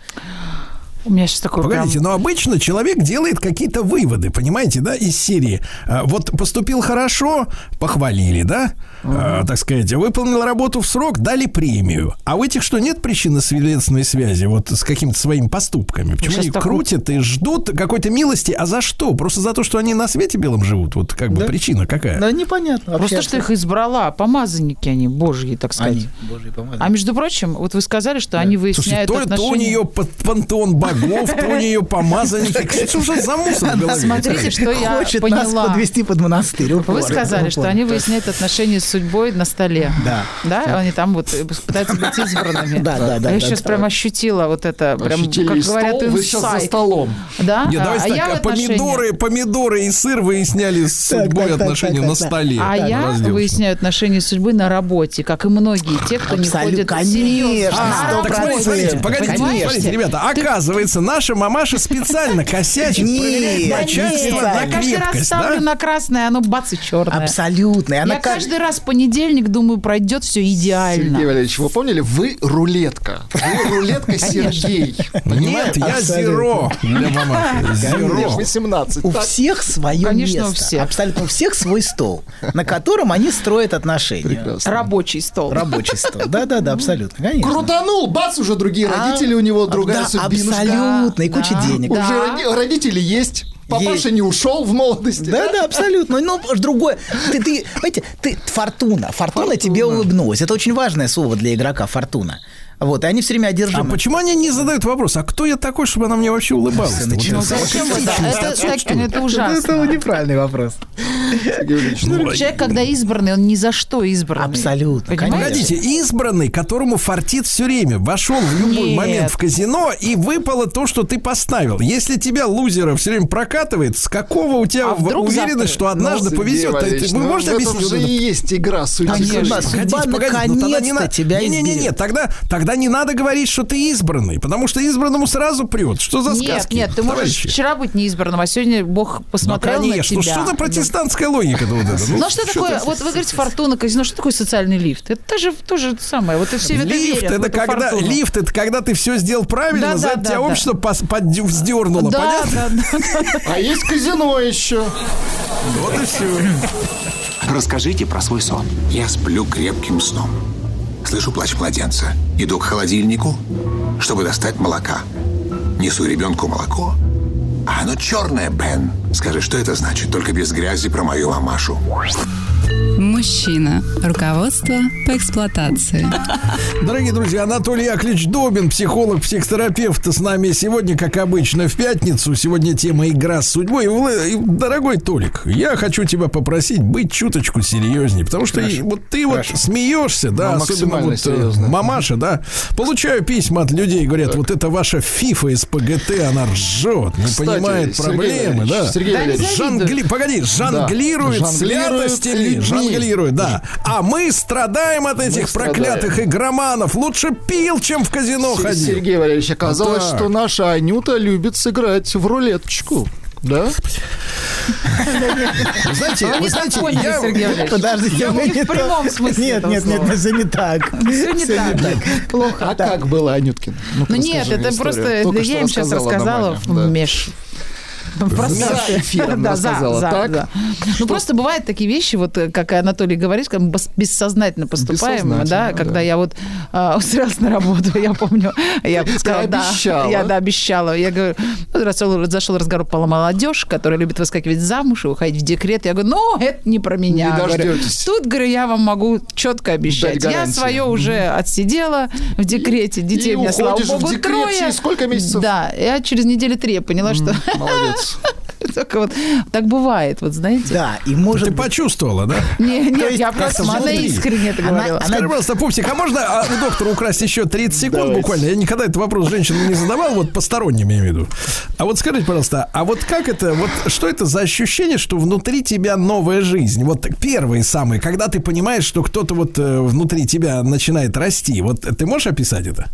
[SPEAKER 5] У меня сейчас такое прям...
[SPEAKER 4] ну,
[SPEAKER 2] Погодите, но обычно человек делает какие-то выводы, понимаете, да, из серии. А, Вот поступил хорошо, похвалили, да, А, так сказать, выполнил работу в срок, дали премию. А у этих что, нет причины следственной связи вот с какими-то своими
[SPEAKER 3] Ну,
[SPEAKER 2] поступками? Почему
[SPEAKER 5] щас
[SPEAKER 2] они
[SPEAKER 5] такой-
[SPEAKER 2] крутят и ждут какой-то милости? А за что? Просто за то, что они на свете белом живут? Вот как бы
[SPEAKER 3] Да.
[SPEAKER 2] причина какая?
[SPEAKER 3] Да непонятно.
[SPEAKER 5] Просто что их избрала, помазанники они, божьи, так сказать.
[SPEAKER 3] Они, боже,
[SPEAKER 5] А между прочим, вот вы сказали, что они
[SPEAKER 2] Слушайте,
[SPEAKER 5] выясняют
[SPEAKER 2] то, то у
[SPEAKER 5] отношения.
[SPEAKER 2] нее пан- пантеон богов, то у нее помазанники. Что же за мусор в голове?
[SPEAKER 5] А, Смотрите, что я
[SPEAKER 3] Хочет нас
[SPEAKER 5] поняла.
[SPEAKER 3] подвести под монастырь. упорно,
[SPEAKER 5] Вы сказали, что
[SPEAKER 3] упорно.
[SPEAKER 5] они выясняют отношения с судьбой на столе.
[SPEAKER 3] Да.
[SPEAKER 5] Да, они там вот э, пытаются быть избранными.
[SPEAKER 3] Да, да, да,
[SPEAKER 5] А
[SPEAKER 3] да,
[SPEAKER 5] Я сейчас
[SPEAKER 3] да.
[SPEAKER 5] прям ощутила вот это, прям,
[SPEAKER 4] Ощутили
[SPEAKER 5] как
[SPEAKER 4] стол,
[SPEAKER 5] говорят,
[SPEAKER 4] вы сейчас за
[SPEAKER 5] инсайт.
[SPEAKER 4] столом.
[SPEAKER 5] Да?
[SPEAKER 2] Нет, давайте
[SPEAKER 5] а
[SPEAKER 2] так,
[SPEAKER 5] я в
[SPEAKER 2] а
[SPEAKER 5] отношениях.
[SPEAKER 2] помидоры, помидоры и сыр выясняли с
[SPEAKER 3] Так,
[SPEAKER 2] судьбой
[SPEAKER 3] так, так,
[SPEAKER 2] отношения
[SPEAKER 3] так,
[SPEAKER 2] на
[SPEAKER 3] так, так.
[SPEAKER 2] столе.
[SPEAKER 5] А
[SPEAKER 2] Ну,
[SPEAKER 5] я
[SPEAKER 2] разделочно.
[SPEAKER 5] выясняю отношения с судьбой на работе, как и многие те, кто не
[SPEAKER 3] Абсолютно,
[SPEAKER 5] ходит
[SPEAKER 3] конечно,
[SPEAKER 5] серьезно.
[SPEAKER 2] А,
[SPEAKER 3] сто
[SPEAKER 2] так смотрите,
[SPEAKER 3] процентов.
[SPEAKER 2] смотрите, погодите,
[SPEAKER 5] Понимаете?
[SPEAKER 2] смотрите, ребята, оказывается, наша мамаша специально косячит,
[SPEAKER 3] Нет,
[SPEAKER 2] проверяет
[SPEAKER 3] нет,
[SPEAKER 2] начальство на
[SPEAKER 5] Я каждый раз
[SPEAKER 2] крепкость, да?
[SPEAKER 5] ставлю на красное, а оно бац и черное.
[SPEAKER 3] Абсолютно. И она
[SPEAKER 5] Я
[SPEAKER 3] ка-
[SPEAKER 5] каждый раз в понедельник думаю, пройдет все
[SPEAKER 4] Сергей
[SPEAKER 5] идеально.
[SPEAKER 4] Валерьевич, вы помнили? Вы рулетка. Вы рулетка Сергей.
[SPEAKER 2] Нет, я зеро для мамаши, зеро.
[SPEAKER 4] 18.
[SPEAKER 3] У
[SPEAKER 4] Так,
[SPEAKER 3] всех свое
[SPEAKER 5] Конечно,
[SPEAKER 3] место.
[SPEAKER 5] у всех.
[SPEAKER 3] Абсолютно у всех свой стол, на котором они строят отношения.
[SPEAKER 4] прекрасно.
[SPEAKER 5] Рабочий стол.
[SPEAKER 3] Рабочий стол. Да-да-да, абсолютно. Конечно. А,
[SPEAKER 4] Крутанул, бац, уже другие
[SPEAKER 5] А,
[SPEAKER 4] родители у него, другая
[SPEAKER 3] Да,
[SPEAKER 4] судьбинушка.
[SPEAKER 3] абсолютно. И
[SPEAKER 5] Да,
[SPEAKER 3] куча
[SPEAKER 5] да.
[SPEAKER 3] денег.
[SPEAKER 4] Уже роди- родители есть. Папаша
[SPEAKER 3] Есть.
[SPEAKER 4] не ушел в молодости.
[SPEAKER 3] Да, да, абсолютно. Ну, другое. Ты, ты, понимаете, ты фортуна. Фортуна тебе улыбнулась. Это очень важное слово для игрока фортуна. Вот, и они все время
[SPEAKER 2] А
[SPEAKER 3] одержимы.
[SPEAKER 2] почему они не задают вопрос, а кто я такой, чтобы она мне вообще улыбалась? Вот
[SPEAKER 3] начинал
[SPEAKER 2] это
[SPEAKER 3] с-
[SPEAKER 5] ну Зачем это? Это, так- это
[SPEAKER 3] Это
[SPEAKER 5] ужасно.
[SPEAKER 3] неправильный вопрос.
[SPEAKER 2] Ну,
[SPEAKER 4] ну,
[SPEAKER 5] Человек, когда избранный, он ни за что избранный.
[SPEAKER 3] Абсолютно,
[SPEAKER 5] Понимаете?
[SPEAKER 2] Погодите, избранный, которому фартит все время, вошел в любой
[SPEAKER 5] Нет.
[SPEAKER 2] момент в казино и выпало то, что ты поставил. Если тебя лузера все время прокатывает, с какого у тебя
[SPEAKER 5] А
[SPEAKER 2] в-
[SPEAKER 5] вдруг завтра?
[SPEAKER 2] уверенность, что однажды
[SPEAKER 4] Сергей
[SPEAKER 2] повезет? Ты-
[SPEAKER 4] Валерьевич,
[SPEAKER 2] Вы
[SPEAKER 4] ну,
[SPEAKER 2] можете
[SPEAKER 4] в этом
[SPEAKER 2] объяснить?
[SPEAKER 4] же
[SPEAKER 2] вот это?
[SPEAKER 4] и есть игра судьбы.
[SPEAKER 3] Конечно.
[SPEAKER 4] судьбы.
[SPEAKER 3] Судьба,
[SPEAKER 2] Погодите, погодите, ну тогда не
[SPEAKER 3] наконец-то
[SPEAKER 2] надо.
[SPEAKER 3] тебя
[SPEAKER 2] не, не, не, не,
[SPEAKER 3] изберет.
[SPEAKER 2] тогда, тогда не надо говорить, что ты избранный, потому что избранному сразу прет. Что за
[SPEAKER 5] Нет,
[SPEAKER 2] сказки?
[SPEAKER 5] нет, ты можешь
[SPEAKER 2] товарищи?
[SPEAKER 5] вчера быть неизбранным, а сегодня Бог
[SPEAKER 2] Ну,
[SPEAKER 5] посмотрел на
[SPEAKER 2] конечно.
[SPEAKER 5] тебя. а
[SPEAKER 2] Ну, Что за протестантская логика-то вот эта?
[SPEAKER 5] Ну,
[SPEAKER 2] Ну,
[SPEAKER 5] а что такое, вот вы говорите фортуна, казино, что такое социальный лифт? Это тоже то же самое. Вот и все в это
[SPEAKER 2] лифт
[SPEAKER 5] верят, в
[SPEAKER 2] это
[SPEAKER 5] эту
[SPEAKER 2] когда
[SPEAKER 5] фортуну.
[SPEAKER 2] лифт это когда ты все сделал правильно,
[SPEAKER 5] Да,
[SPEAKER 2] за
[SPEAKER 5] да,
[SPEAKER 2] это
[SPEAKER 5] да,
[SPEAKER 2] тебя
[SPEAKER 5] да.
[SPEAKER 2] общество пос- поддю- вздернуло,
[SPEAKER 5] Да,
[SPEAKER 2] понятно?
[SPEAKER 5] да, да.
[SPEAKER 4] А есть казино еще.
[SPEAKER 2] Вот и все.
[SPEAKER 7] Расскажите про свой сон. Я сплю крепким сном. Слышу плач младенца. Иду к холодильнику, чтобы достать молока. Несу ребенку молоко. А оно черное, Бен. Скажи, что это значит? Только без грязи про мою мамашу.
[SPEAKER 1] Мужчина. Руководство по эксплуатации.
[SPEAKER 2] Дорогие друзья, Анатолий Яковлевич Добин, психолог, психотерапевт, с нами сегодня, как обычно, в пятницу. Сегодня тема «Игра с судьбой». И, Вла- и, дорогой Толик, я хочу тебя попросить быть чуточку серьезнее, потому что и- вот ты вот смеешься, да,
[SPEAKER 4] Ну,
[SPEAKER 2] особенно
[SPEAKER 4] максимально
[SPEAKER 2] вот э,
[SPEAKER 4] серьезно.
[SPEAKER 2] мамаша, да. Получаю письма от людей, говорят, вот это ваша фифа из ПГТ, она ржет, не
[SPEAKER 4] Кстати,
[SPEAKER 2] понимает
[SPEAKER 4] Сергей
[SPEAKER 2] проблемы,
[SPEAKER 4] Валерьевич,
[SPEAKER 2] да.
[SPEAKER 4] Сергей Валерьевич,
[SPEAKER 2] Жангли... Погоди, жонглирует
[SPEAKER 4] Да, жонглирует
[SPEAKER 2] святостями,
[SPEAKER 4] людьми.
[SPEAKER 2] жонглирует, да. А мы страдаем от этих
[SPEAKER 4] страдаем.
[SPEAKER 2] проклятых игроманов. Лучше пил, чем в казино
[SPEAKER 4] Сер-
[SPEAKER 2] ходил.
[SPEAKER 4] Сергей Валерьевич, оказалось,
[SPEAKER 2] Вот так.
[SPEAKER 4] что наша Анюта любит сыграть в рулеточку. Да?
[SPEAKER 2] Вы знаете,
[SPEAKER 5] Вы
[SPEAKER 2] вы
[SPEAKER 5] Ну, не так
[SPEAKER 2] знаете,
[SPEAKER 5] поняли,
[SPEAKER 2] я-
[SPEAKER 5] Сергей Валерьевич.
[SPEAKER 3] Подождите,
[SPEAKER 5] Я
[SPEAKER 3] мы
[SPEAKER 5] говорю,
[SPEAKER 3] не
[SPEAKER 5] в прямом
[SPEAKER 3] то.
[SPEAKER 5] смысле
[SPEAKER 3] Нет,
[SPEAKER 5] этого
[SPEAKER 3] нет, нет,
[SPEAKER 5] слова.
[SPEAKER 3] мы за не так.
[SPEAKER 5] Все не
[SPEAKER 3] Всё
[SPEAKER 5] так.
[SPEAKER 4] Плохо. А как было, Анюткин?
[SPEAKER 5] Ну нет, это просто да, я им сейчас рассказала в меж.
[SPEAKER 4] За эфиром
[SPEAKER 5] Да,
[SPEAKER 4] рассказала,
[SPEAKER 5] за, за,
[SPEAKER 4] так?
[SPEAKER 5] за. Ну, просто бывают такие вещи, вот э, как и Анатолий говорит, как мы бос- бессознательно поступаем,
[SPEAKER 4] Бессознательно,
[SPEAKER 5] да, когда
[SPEAKER 4] да.
[SPEAKER 5] я вот а, устроилась на работу, я помню, я сказала, да,
[SPEAKER 4] обещала.
[SPEAKER 5] я да, обещала, я говорю, ну, зашел, зашел разговор про молодежь, которая любит выскакивать замуж и уходить в декрет, я говорю, ну, это не про меня,
[SPEAKER 4] Не
[SPEAKER 5] говорю.
[SPEAKER 4] дождётесь.
[SPEAKER 5] тут, говорю, я вам могу четко обещать, я
[SPEAKER 4] гарантии.
[SPEAKER 5] свое уже отсидела в декрете, детей
[SPEAKER 4] и
[SPEAKER 5] у меня, слава
[SPEAKER 4] уходишь в
[SPEAKER 5] богу,
[SPEAKER 4] декрет
[SPEAKER 5] трое.
[SPEAKER 4] через сколько месяцев?
[SPEAKER 5] Да, я через недели три я поняла, что
[SPEAKER 4] Молодец.
[SPEAKER 5] только вот так бывает, вот знаете.
[SPEAKER 3] Да, и может
[SPEAKER 2] Ты
[SPEAKER 3] быть...
[SPEAKER 2] почувствовала, да?
[SPEAKER 5] Не,
[SPEAKER 3] То
[SPEAKER 5] нет,
[SPEAKER 3] есть
[SPEAKER 5] я просто
[SPEAKER 3] как-то
[SPEAKER 5] она
[SPEAKER 3] внутри.
[SPEAKER 5] искренне это
[SPEAKER 3] Она-
[SPEAKER 5] говорила.
[SPEAKER 3] она-
[SPEAKER 2] Скажи, пожалуйста, пупсик, а можно а, у доктора украсть еще 30 секунд
[SPEAKER 4] Давайте.
[SPEAKER 2] буквально? Я никогда этот вопрос женщинам не задавал, вот посторонним я имею в виду. А вот скажите, пожалуйста, а вот как это, вот что это за ощущение, что внутри тебя новая жизнь? Вот так первые самые, когда ты понимаешь, что кто-то вот э, внутри тебя начинает расти. Вот э, ты можешь описать это?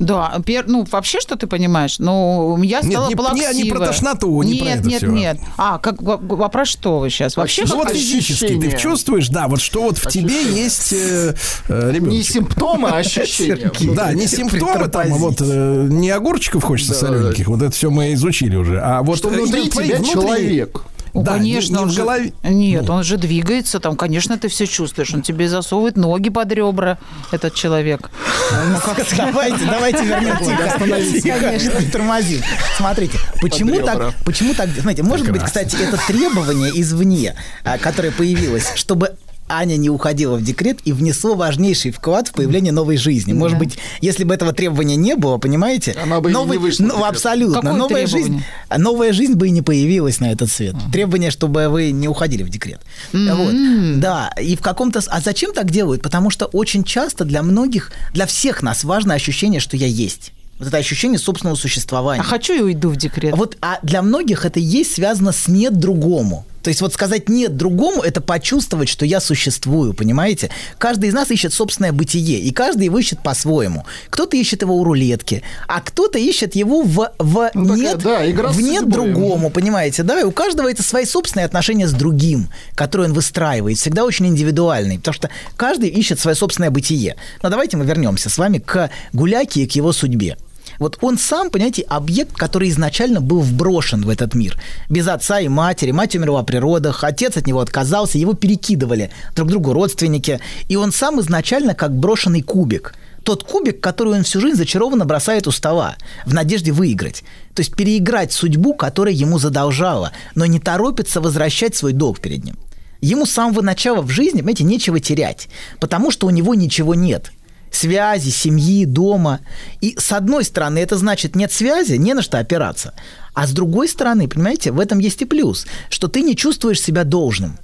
[SPEAKER 5] Да, пер- ну вообще, что ты понимаешь? Ну, я
[SPEAKER 2] Нет,
[SPEAKER 5] стала
[SPEAKER 2] не- не-
[SPEAKER 5] плаксивая.
[SPEAKER 2] не про тошноту, не
[SPEAKER 5] нет,
[SPEAKER 2] про это
[SPEAKER 5] нет,
[SPEAKER 2] всё.
[SPEAKER 5] нет. А, как, а про что вы сейчас? Вообще,
[SPEAKER 2] ну вот физически ты
[SPEAKER 4] ощущение.
[SPEAKER 2] чувствуешь, да, вот что вот в тебе есть э, э,
[SPEAKER 4] Не
[SPEAKER 2] ребеночек.
[SPEAKER 4] симптомы, а ощущения.
[SPEAKER 2] Да, не симптомы там, а вот э, не огурчиков хочется
[SPEAKER 4] Да,
[SPEAKER 2] солененьких, вот это все мы изучили уже, а вот
[SPEAKER 4] Что
[SPEAKER 2] э,
[SPEAKER 4] внутри
[SPEAKER 2] именно твои
[SPEAKER 4] тебя
[SPEAKER 2] внутренние-
[SPEAKER 4] человек.
[SPEAKER 5] Ну,
[SPEAKER 2] Да, не-
[SPEAKER 5] конечно,
[SPEAKER 2] не
[SPEAKER 5] он
[SPEAKER 2] в
[SPEAKER 5] же-
[SPEAKER 2] голове. Ну.
[SPEAKER 5] Нет, он же двигается, там, конечно, ты все чувствуешь. Он тебе засовывает ноги под ребра, этот человек.
[SPEAKER 3] Ну, Давайте, давайте вернем тихо. Конечно, тормозим. Смотрите, почему
[SPEAKER 4] ребра.
[SPEAKER 3] так, почему так, знаете, может быть, кстати, это требование извне, а, которое появилось, чтобы Аня не уходила в декрет и внесло важнейший вклад в появление новой жизни. Может быть, если бы этого требования не было, понимаете?
[SPEAKER 4] Она бы и не
[SPEAKER 3] новый-
[SPEAKER 4] вышла в
[SPEAKER 3] ну,
[SPEAKER 4] декрет.
[SPEAKER 3] абсолютно.
[SPEAKER 5] Какое
[SPEAKER 3] новая
[SPEAKER 5] требование?
[SPEAKER 3] жизнь, а новая жизнь бы и не появилась на этот свет. Требование, чтобы вы не уходили в декрет. Вот. Да, и в каком-то... с- А зачем так делают? Потому что очень часто для многих, для всех нас важно ощущение, что я есть. Вот это ощущение собственного существования.
[SPEAKER 5] А хочу и уйду в декрет.
[SPEAKER 3] Вот, а для многих это и есть связано с «нет другому». То есть вот сказать «нет другому» – это почувствовать, что я существую, понимаете? Каждый из нас ищет собственное бытие, и каждый его ищет по-своему. Кто-то ищет его у рулетки, а кто-то ищет его в, в
[SPEAKER 4] Ну, такая,
[SPEAKER 3] «нет»,
[SPEAKER 4] да, игра с
[SPEAKER 3] в «нет
[SPEAKER 4] судьбой».
[SPEAKER 3] другому», понимаете, да? И у каждого это свои собственные отношения с другим, которые он выстраивает, всегда очень индивидуальные, потому что каждый ищет свое собственное бытие. Но давайте мы вернемся с вами к Гуляке и к его судьбе. Вот он сам, понимаете, объект, который изначально был вброшен в этот мир. Без отца и матери. Мать умерла при родах, отец от него отказался, его перекидывали друг другу родственники. И он сам изначально как брошенный кубик. Тот кубик, который он всю жизнь зачарованно бросает у стола в надежде выиграть. То есть переиграть судьбу, которая ему задолжала, но не торопится возвращать свой долг перед ним. Ему с самого начала в жизни, понимаете, нечего терять, потому что у него ничего нет. связи, семьи, дома. И с одной стороны, это значит, нет связи, не на что опираться. А с другой стороны, понимаете, в этом есть и плюс, что ты не чувствуешь себя должным.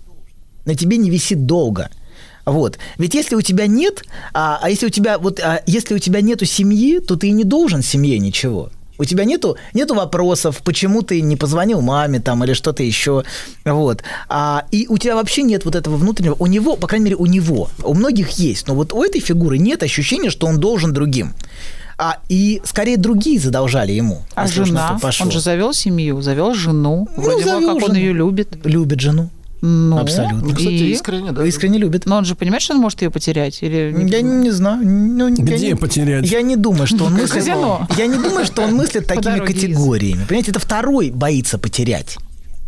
[SPEAKER 3] На тебе не висит долго. Вот. Ведь если у тебя нет, а, а если у тебя вот, а, если у тебя нету семьи, то ты и не должен семье ничего. У тебя нету, нету вопросов, почему ты не позвонил маме там или что-то еще. Вот. А, и у тебя вообще нет вот этого внутреннего. У него, по крайней мере, у него. У многих есть. Но вот у этой фигуры нет ощущения, что он должен другим. А, и скорее другие задолжали ему.
[SPEAKER 5] А
[SPEAKER 3] если уж на то
[SPEAKER 5] жена?
[SPEAKER 3] пошло.
[SPEAKER 5] Он же завел семью, завел жену.
[SPEAKER 3] Ну,
[SPEAKER 5] Вроде бы,
[SPEAKER 3] завел
[SPEAKER 5] как
[SPEAKER 3] жену.
[SPEAKER 5] он ее любит.
[SPEAKER 3] любит жену.
[SPEAKER 5] Ну,
[SPEAKER 3] Абсолютно.
[SPEAKER 5] и-
[SPEAKER 3] Ну,
[SPEAKER 4] Кстати, искренне, да.
[SPEAKER 3] Искренне любит.
[SPEAKER 5] Но он же понимает, что он может ее потерять? Или...
[SPEAKER 3] Я не, не знаю. Ну, я
[SPEAKER 2] Где
[SPEAKER 3] не-
[SPEAKER 2] потерять?
[SPEAKER 3] Я не думаю, что он мыслит.
[SPEAKER 5] казино.
[SPEAKER 3] Я не думаю, что он мыслит такими
[SPEAKER 5] дороге из.
[SPEAKER 3] категориями. Понимаете, это второй боится потерять.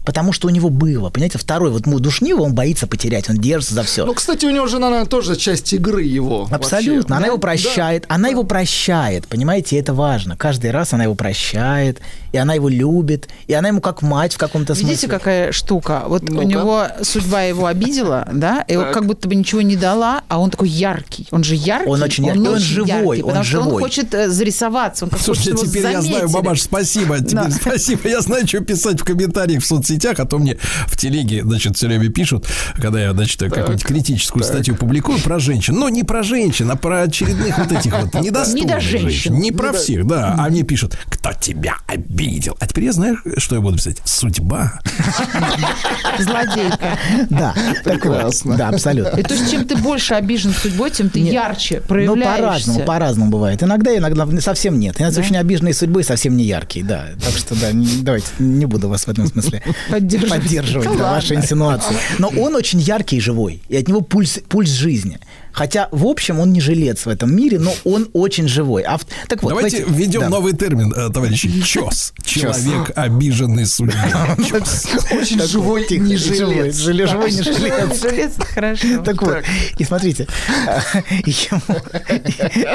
[SPEAKER 3] Потому что у него было, понимаете, второй, вот мой душнива, он боится потерять, он держится за все.
[SPEAKER 4] Ну, кстати, у него жена, наверное, тоже часть игры его. вообще.
[SPEAKER 3] Абсолютно. Она
[SPEAKER 4] Да,
[SPEAKER 3] его
[SPEAKER 4] да.
[SPEAKER 3] прощает. Она его прощает, понимаете, и это важно. Каждый раз она его прощает, и она его любит, и она ему как мать в каком-то смысле.
[SPEAKER 5] Видите, какая штука? Вот у
[SPEAKER 4] Ну-ка.
[SPEAKER 5] него судьба его обидела, да, и вот
[SPEAKER 4] Так.
[SPEAKER 5] как будто бы ничего не дала, а он такой яркий. Он же яркий.
[SPEAKER 3] Он очень яркий, он
[SPEAKER 5] очень
[SPEAKER 3] живой, он
[SPEAKER 5] потому что он
[SPEAKER 3] живой.
[SPEAKER 5] хочет э, зарисоваться, он как
[SPEAKER 2] Слушайте,
[SPEAKER 5] хочет, чтобы
[SPEAKER 2] теперь я
[SPEAKER 5] заметили.
[SPEAKER 2] знаю, бабаш, спасибо. Теперь
[SPEAKER 5] Да.
[SPEAKER 2] спасибо. Я знаю, что писать в комментариях в соцсетях, а то мне в телеге, значит, все время пишут, когда я, значит, какую-нибудь критическую статью публикую про женщин. Ну, не про женщин, а про очередных вот этих вот недостойных
[SPEAKER 5] женщин.
[SPEAKER 2] Не про всех, да. А мне пишут, кто тебя обидел. А теперь я знаю, что я буду писать. Судьба.
[SPEAKER 5] Злодейка.
[SPEAKER 3] Да, так вот.
[SPEAKER 4] Прекрасно.
[SPEAKER 3] Да, абсолютно.
[SPEAKER 5] И то есть, чем ты больше обижен судьбой, тем ты ярче
[SPEAKER 3] Ну,
[SPEAKER 5] проявляешься.
[SPEAKER 3] по-разному, по-разному бывает. Иногда, иногда совсем нет. Иногда очень обиженные судьбы и совсем не яркие, да. Так что, да, не- давайте, не буду вас в этом смысле
[SPEAKER 5] Поддерживать.
[SPEAKER 3] поддерживать
[SPEAKER 5] Да
[SPEAKER 3] да, ваши инсинуации. Но он очень яркий и живой, и от него пульс, пульс жизни. Хотя, в общем, он не жилец в этом мире, но он очень живой. А, в- так вот,
[SPEAKER 2] Давайте
[SPEAKER 3] давайте-
[SPEAKER 2] введем
[SPEAKER 3] да.
[SPEAKER 2] новый термин, э, товарищи. Чес. Человек, обиженный судьбой. Чёс.
[SPEAKER 4] Очень живой
[SPEAKER 3] Тихо,
[SPEAKER 4] не
[SPEAKER 3] живой,
[SPEAKER 4] жилец.
[SPEAKER 3] жили- живой не жилец.
[SPEAKER 5] Железно, хорошо.
[SPEAKER 3] Так вот, и смотрите, ему,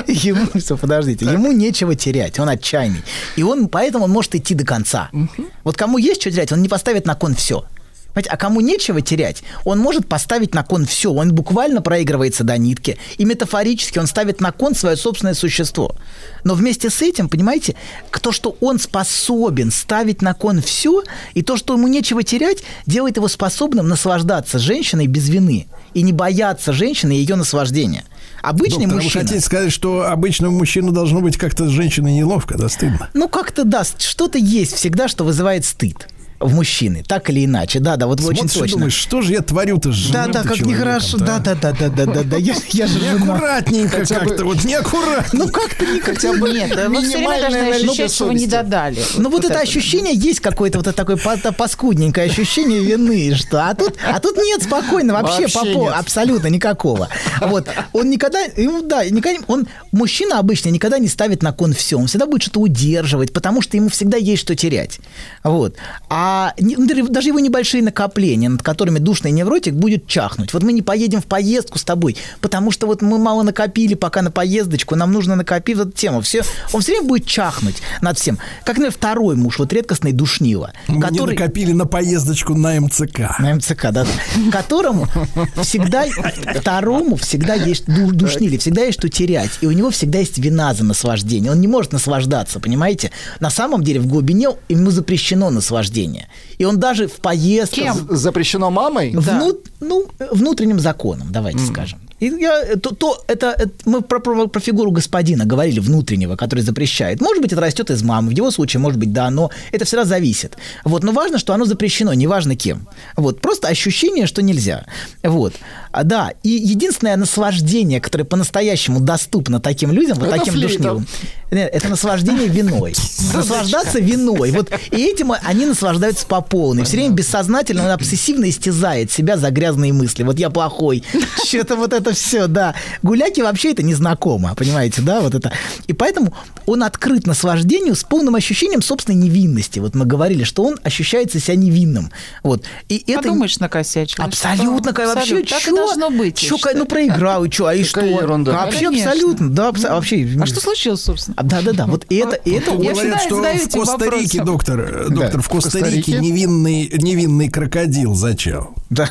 [SPEAKER 3] ему, всё, подождите, ему нечего терять, он отчаянный. И он, поэтому он может идти до конца. Вот кому есть что терять, он не поставит на кон все. Понимаете, А кому нечего терять, он может поставить на кон все. Он буквально проигрывается до нитки. И метафорически он ставит на кон свое собственное существо. Но вместе с этим, понимаете, к- то, что он способен ставить на кон все, и то, что ему нечего терять, делает его способным наслаждаться женщиной без вины. И не бояться женщины и ее наслаждения. Обычный
[SPEAKER 2] Доктор, а вы
[SPEAKER 3] мужчина...
[SPEAKER 2] хотите сказать, что обычному мужчину должно быть как-то с женщиной неловко, да, стыдно?
[SPEAKER 3] Ну, как-то да, с- что-то есть всегда, что вызывает стыд в мужчины, так или иначе. Да, да, вот вы очень
[SPEAKER 2] Смотришь и
[SPEAKER 3] точно.
[SPEAKER 2] думаешь, что же я творю-то с
[SPEAKER 3] да,
[SPEAKER 2] женатым
[SPEAKER 3] да, как
[SPEAKER 2] человеком-то,
[SPEAKER 3] нехорошо.
[SPEAKER 2] а?
[SPEAKER 3] Да, да, да, да, да, да, да. Я, я же жена.
[SPEAKER 2] Аккуратненько
[SPEAKER 4] Хотя бы-
[SPEAKER 2] как-то, вот неаккуратно.
[SPEAKER 3] Ну как-то не
[SPEAKER 4] Хотя бы
[SPEAKER 5] Нет, вы все время
[SPEAKER 4] минимальное
[SPEAKER 5] должны
[SPEAKER 4] наличие
[SPEAKER 5] ощущать, что вы не
[SPEAKER 4] совести.
[SPEAKER 5] додали.
[SPEAKER 3] Ну вот это
[SPEAKER 5] так
[SPEAKER 3] ощущение есть какое-то вот это такое па- та- паскудненькое ощущение вины, что а тут, а тут нет спокойно вообще,
[SPEAKER 4] Вообще
[SPEAKER 3] по пол-
[SPEAKER 4] нет.
[SPEAKER 3] абсолютно никакого. Вот он никогда, ему, да, и никогда, он мужчина обычно никогда не ставит на кон все, он всегда будет что-то удерживать, потому что ему всегда есть что терять. Вот, а не- ну, даже- даже его небольшие накопления, над которыми душный невротик будет чахнуть. Вот мы не поедем в поездку с тобой, потому что вот мы мало накопили, пока на поездочку, нам нужно накопить вот эту тему. Все, он все время будет чахнуть над всем. Как, например, второй муж, вот редкостный душнила,
[SPEAKER 2] Мы не
[SPEAKER 3] Ну, который...
[SPEAKER 2] накопили на поездочку на МЦК.
[SPEAKER 3] На МЦК, да. Которому всегда, второму всегда есть ду- душнили, всегда есть что терять. И у него всегда есть вина за наслаждение. Он не может наслаждаться, понимаете? На самом деле в глубине ему запрещено наслаждение. И он даже в поездках...
[SPEAKER 5] Кем?
[SPEAKER 4] З- Запрещено мамой?
[SPEAKER 3] Вну- ну, э, внутренним законом, давайте скажем. И я, э, то, то- это, э, мы про, про- про фигуру господина говорили внутреннего, который запрещает. Может быть, это растет из мамы, в его случае, может быть, да, но это всегда зависит. Вот, но важно, что оно запрещено, неважно кем. Вот, просто ощущение, что нельзя. Вот, а, да. И единственное наслаждение, которое по-настоящему доступно таким людям, вот
[SPEAKER 4] Это
[SPEAKER 3] таким
[SPEAKER 4] флейта.
[SPEAKER 3] душнилам, Нет, Это наслаждение виной. Наслаждаться виной. Вот и этим они наслаждаются по полной. Все время бессознательно он обсессивно истязает себя за грязные мысли. Вот я плохой. Что-то вот это все, да. Гуляки вообще это незнакомо, понимаете, да, вот это. И поэтому он открыт наслаждению с полным ощущением собственной невинности. Вот мы говорили, что он ощущается себя невинным. Вот. И это...
[SPEAKER 5] Подумаешь, накосячил.
[SPEAKER 3] Абсолютно,
[SPEAKER 5] Что?
[SPEAKER 3] какая вообще
[SPEAKER 5] Абсолютно. Так и
[SPEAKER 3] чё?
[SPEAKER 5] должно быть. я
[SPEAKER 3] Чё,
[SPEAKER 5] считаю.
[SPEAKER 3] ну проиграл, и что, а и что?
[SPEAKER 4] Какая ерунда.
[SPEAKER 3] Вообще
[SPEAKER 5] Конечно.
[SPEAKER 3] абсолютно, да, абсо- вообще.
[SPEAKER 5] А что случилось, собственно?
[SPEAKER 3] А, Да-да-да, вот и это, и это
[SPEAKER 5] Я
[SPEAKER 3] очень-
[SPEAKER 5] всегда
[SPEAKER 2] Говорят, что
[SPEAKER 5] задаю
[SPEAKER 2] в
[SPEAKER 5] этим
[SPEAKER 2] Коста-Рике,
[SPEAKER 5] вопросом.
[SPEAKER 2] доктор, э, доктор,
[SPEAKER 4] Да,
[SPEAKER 2] в
[SPEAKER 4] в Коста-Рике.
[SPEAKER 2] Коста-Рике невинный, невинный крокодил зачал.
[SPEAKER 3] Да,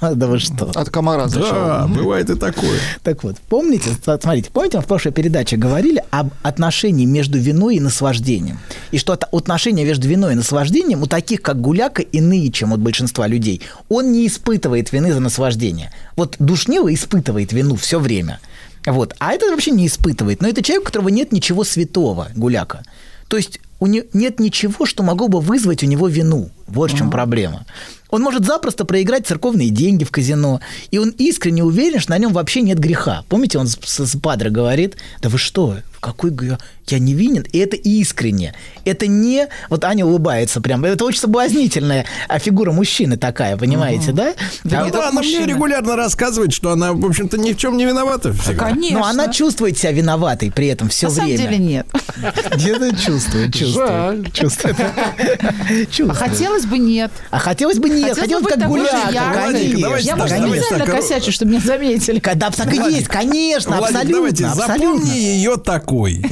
[SPEAKER 3] да вы что.
[SPEAKER 4] От комара зашел.
[SPEAKER 2] Да, бывает и такое.
[SPEAKER 3] Так вот, помните, ста- смотрите, помните, мы в прошлой передаче говорили об отношении между виной и наслаждением. И что от- отношение между виной и наслаждением у таких, как Гуляка, иные, чем у большинства людей. Он не испытывает вины за наслаждение. Вот Душнило испытывает вину все время. Вот. А этот вообще не испытывает. Но это человек, у которого нет ничего святого, Гуляка. То есть у не- нет ничего, что могло бы вызвать у него вину. Вот в чем проблема. Он может запросто проиграть церковные деньги в казино, и он искренне уверен, что на нем вообще нет греха. Помните, он с, с, с падре говорит, да вы что, в какой грех? Я невинен, и это искренне. Это не... Вот Аня улыбается прям. Это очень соблазнительная а, фигура мужчины такая, понимаете, да? А
[SPEAKER 2] Ну
[SPEAKER 3] вот-
[SPEAKER 2] да, она мне
[SPEAKER 5] мужчина.
[SPEAKER 2] регулярно рассказывает, что она, в общем-то, ни в чем не виновата всегда.
[SPEAKER 5] Конечно.
[SPEAKER 3] но Ну, она чувствует себя виноватой при этом все
[SPEAKER 5] На самом
[SPEAKER 3] время.
[SPEAKER 5] деле нет.
[SPEAKER 3] Где-то чувствует, чувствует. Чувствует.
[SPEAKER 5] А
[SPEAKER 3] Чувствует.
[SPEAKER 5] хотелось бы нет.
[SPEAKER 3] А хотелось бы нет, хотелось
[SPEAKER 5] Хотелось
[SPEAKER 3] бы
[SPEAKER 5] бы
[SPEAKER 3] как
[SPEAKER 5] такой же
[SPEAKER 3] гуляка,
[SPEAKER 5] яркой.
[SPEAKER 2] Владик,
[SPEAKER 3] конечно.
[SPEAKER 2] давайте
[SPEAKER 5] Я,
[SPEAKER 2] так,
[SPEAKER 5] может,
[SPEAKER 2] давайте
[SPEAKER 3] конечно.
[SPEAKER 5] специально
[SPEAKER 2] так.
[SPEAKER 5] косячу, чтобы меня заметили.
[SPEAKER 3] Да, так и есть, конечно,
[SPEAKER 2] Владик,
[SPEAKER 3] абсолютно,
[SPEAKER 2] давайте,
[SPEAKER 3] абсолютно.
[SPEAKER 2] запомни ее такой.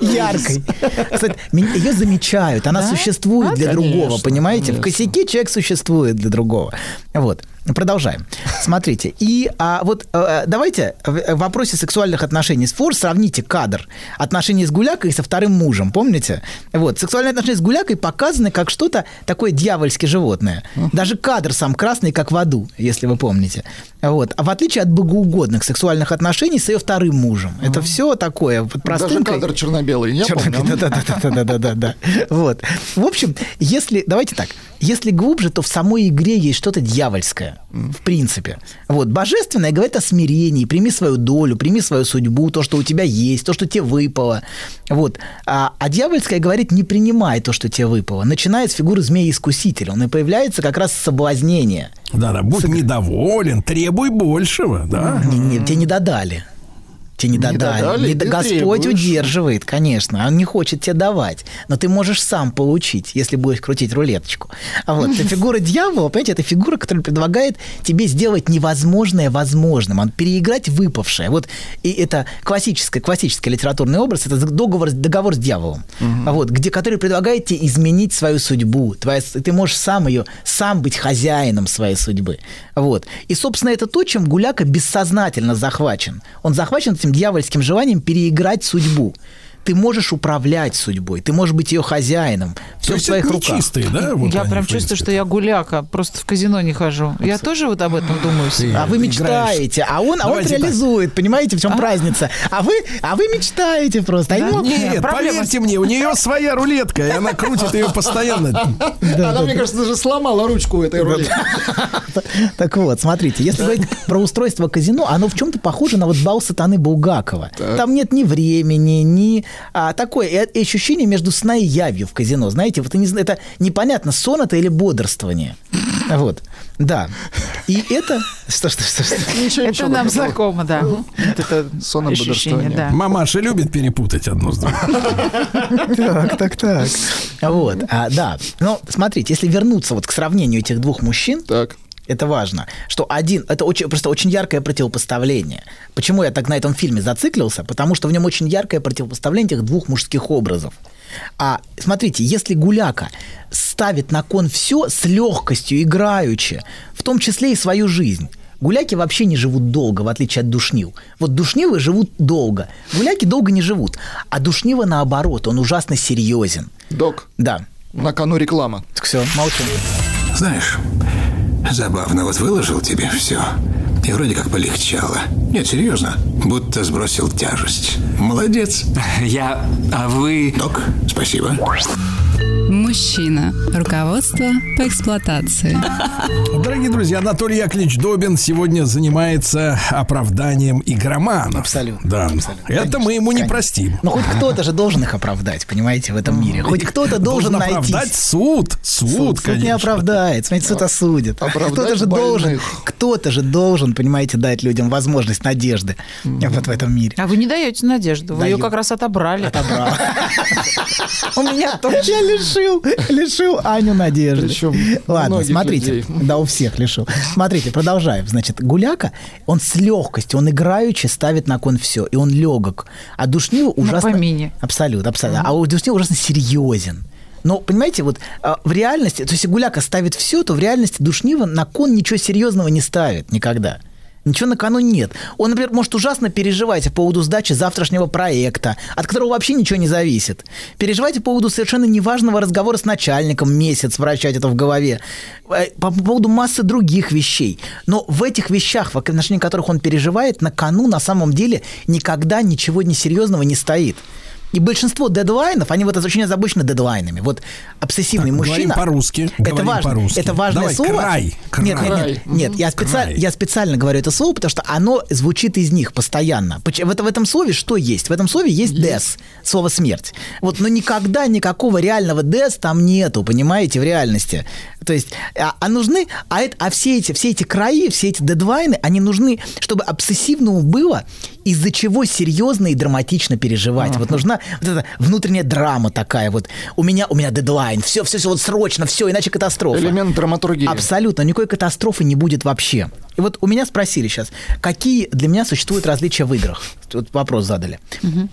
[SPEAKER 3] Яркой. Кстати, ее замечают, она существует
[SPEAKER 4] Ну,
[SPEAKER 3] для другого, понимаете? В косяке человек существует для другого. Вот. Продолжаем. Смотрите. И а, вот э, давайте в в вопросе сексуальных отношений с Фор сравните кадр отношений с Гулякой и со вторым мужем. Помните? Вот. Сексуальные отношения с Гулякой показаны как что-то такое дьявольски животное. Даже кадр сам красный, как в аду, если вы помните. Вот. А в отличие от богоугодных сексуальных отношений с ее вторым мужем. Это все такое вот
[SPEAKER 4] Даже
[SPEAKER 3] простынкой.
[SPEAKER 4] кадр черно-белый, я помню.
[SPEAKER 3] Да-да-да-да-да-да-да. Вот. В общем, если... Давайте так. Если глубже, то в самой игре есть что-то дьявольское. В принципе. Вот. Божественное говорит о смирении. Прими свою долю, прими свою судьбу, то, что у тебя есть, то, что тебе выпало. Вот. А, а дьявольское говорит, не принимай то, что тебе выпало. Начинает с фигуры змеи-искусителя. Он и появляется как раз соблазнение.
[SPEAKER 2] Да-да, будь недоволен, требуй большего, да.
[SPEAKER 3] Не, не, тебе не додали. Тебе не додали.
[SPEAKER 4] додали,
[SPEAKER 3] Не до-
[SPEAKER 4] ты
[SPEAKER 3] Господь
[SPEAKER 4] требуешь.
[SPEAKER 3] удерживает, конечно. Он не хочет тебе давать. Но ты можешь сам получить, если будешь крутить рулеточку. А вот эта фигура дьявола, понимаете, это фигура, которая предлагает тебе сделать невозможное возможным. Он переиграть выпавшее. Вот и это классический, классический литературный образ. Это договор, договор с дьяволом. А Вот, где, который предлагает тебе изменить свою судьбу. Твоя, с- ты можешь сам ее, сам быть хозяином своей судьбы. Вот. И, собственно, это то, чем Гуляка бессознательно захвачен. Он захвачен этим дьявольским желанием переиграть судьбу. Ты можешь управлять судьбой, ты можешь быть ее хозяином. Все
[SPEAKER 2] То
[SPEAKER 3] в
[SPEAKER 2] есть
[SPEAKER 3] своих
[SPEAKER 2] это не
[SPEAKER 3] руках.
[SPEAKER 2] чистые, да? вот
[SPEAKER 5] я
[SPEAKER 2] они, в
[SPEAKER 5] прям
[SPEAKER 2] принципе.
[SPEAKER 5] чувствую, что я гуляка, просто в казино не хожу. Я тоже вот об этом думаю. всегда.
[SPEAKER 3] А вы мечтаете, а он, а он
[SPEAKER 2] Давайте так.
[SPEAKER 3] реализует, понимаете, в чем разница? А вы, а вы мечтаете просто. А ему-
[SPEAKER 2] Нет,
[SPEAKER 5] Проблема-
[SPEAKER 2] поверьте мне, у нее своя рулетка, и она крутит ее постоянно.
[SPEAKER 4] Она, мне кажется, даже сломала ручку у этой рули.
[SPEAKER 3] Так вот, смотрите, если говорить про устройство казино, оно в чем-то похоже на вот бал сатаны Булгакова. Там нет ни времени, ни а, такое э, ощущение между сна и явью в казино. Знаете, вот и не зна- это непонятно, сон это или бодрствование. Вот, да. И это... Что, что, что, что?
[SPEAKER 4] Ничего,
[SPEAKER 5] Это
[SPEAKER 4] ничего.
[SPEAKER 5] нам знакомо, да. Вот это
[SPEAKER 4] Сонно
[SPEAKER 5] ощущение,
[SPEAKER 4] бодрствование.
[SPEAKER 5] да.
[SPEAKER 2] Мамаша любит перепутать одно с другим.
[SPEAKER 3] Так, так, так. Вот, а, да. Но смотрите, если вернуться вот к сравнению этих двух мужчин,
[SPEAKER 4] Так.
[SPEAKER 3] Это важно, что один, это очень, просто очень яркое противопоставление. Почему я так на этом фильме зациклился? Потому что в нем очень яркое противопоставление этих двух мужских образов. А смотрите, если Гуляка ставит на кон все с легкостью, играючи, в том числе и свою жизнь. Гуляки вообще не живут долго, в отличие от душнил. Вот душнилы живут долго, гуляки долго не живут. А душнила наоборот, он ужасно серьезен.
[SPEAKER 4] Док,
[SPEAKER 3] Да,
[SPEAKER 4] на кону реклама.
[SPEAKER 3] так все, молчу.
[SPEAKER 7] Знаешь, забавно, вот выложил тебе все. И вроде как полегчало. Нет, серьезно. Будто сбросил тяжесть. Молодец.
[SPEAKER 6] Я... А вы...
[SPEAKER 7] Док, спасибо.
[SPEAKER 1] Мужчина. Руководство по эксплуатации.
[SPEAKER 2] Дорогие друзья, Анатолий Яковлевич Добин сегодня занимается оправданием игроманов.
[SPEAKER 3] Абсолютно,
[SPEAKER 2] Да. Это мы ему не
[SPEAKER 3] конечно.
[SPEAKER 2] простим.
[SPEAKER 3] Но Ну, хоть кто-то же должен их оправдать, понимаете, в этом мире. Хоть кто-то должен найти.
[SPEAKER 2] оправдать суд. Суд,
[SPEAKER 3] Суд, суд не
[SPEAKER 2] конечно.
[SPEAKER 3] оправдает, смотрите, суд осудит.
[SPEAKER 4] Оправдать
[SPEAKER 3] Кто-то же
[SPEAKER 4] больных.
[SPEAKER 3] должен, кто-то же должен, понимаете, дать людям возможность надежды вот в этом мире.
[SPEAKER 5] А вы не даете надежду. Вы ее
[SPEAKER 3] Даю.
[SPEAKER 5] как раз отобрали.
[SPEAKER 3] Отобрал. У меня тоже. Я лишил, лишил Аню надежды.
[SPEAKER 4] Причем
[SPEAKER 3] Ладно,
[SPEAKER 4] многих
[SPEAKER 3] смотрите.
[SPEAKER 4] людей.
[SPEAKER 3] Да, у всех лишил. Смотрите, продолжаем. Значит, Гуляка, он с легкостью, он играючи ставит на кон все, и он легок. А Душнил ужасно...
[SPEAKER 5] помине.
[SPEAKER 3] Абсолютно, абсолютно. А у Душнил ужасно серьезен. Но, понимаете, вот а, в реальности, то есть Гуляка ставит все, то в реальности Душнива на кон ничего серьезного не ставит никогда. Ничего на кону нет. Он, например, может ужасно переживать по поводу сдачи завтрашнего проекта, от которого вообще ничего не зависит. Переживать по поводу совершенно неважного разговора с начальником, месяц вращать это в голове. Э, По по поводу массы других вещей. Но в этих вещах, в отношении которых он переживает, на кону на самом деле никогда ничего несерьезного не стоит. И большинство дедлайнов, они вот очень озабочены дедлайнами. Вот обсессивный
[SPEAKER 2] Так, говорим
[SPEAKER 3] мужчина...
[SPEAKER 2] по-русски,
[SPEAKER 3] Это
[SPEAKER 2] говорим
[SPEAKER 3] важно.
[SPEAKER 2] по-русски.
[SPEAKER 3] Это важное
[SPEAKER 2] Давай,
[SPEAKER 3] слово.
[SPEAKER 2] край,
[SPEAKER 3] Нет, нет,
[SPEAKER 2] край.
[SPEAKER 3] нет, нет, я, специально,
[SPEAKER 2] Край.
[SPEAKER 3] я специально говорю это слово, потому что оно звучит из них постоянно. Поч- В, это- в этом слове что есть? В этом слове есть «дес», слово «смерть». Вот, но никогда никакого реального «дес» там нету, понимаете, в реальности. То есть, а, а нужны, а, это, а все, эти, все эти краи, все эти дедвайны, они нужны, чтобы обсессивному было, из-за чего серьезно и драматично переживать. Вот нужна вот эта внутренняя драма такая вот. У меня, у меня дедлайн, все, все, все, вот срочно, все, иначе катастрофа.
[SPEAKER 4] Элемент драматургии.
[SPEAKER 3] Абсолютно, никакой катастрофы не будет вообще. И вот у меня спросили сейчас, какие для меня существуют различия в играх? Тут вопрос задали.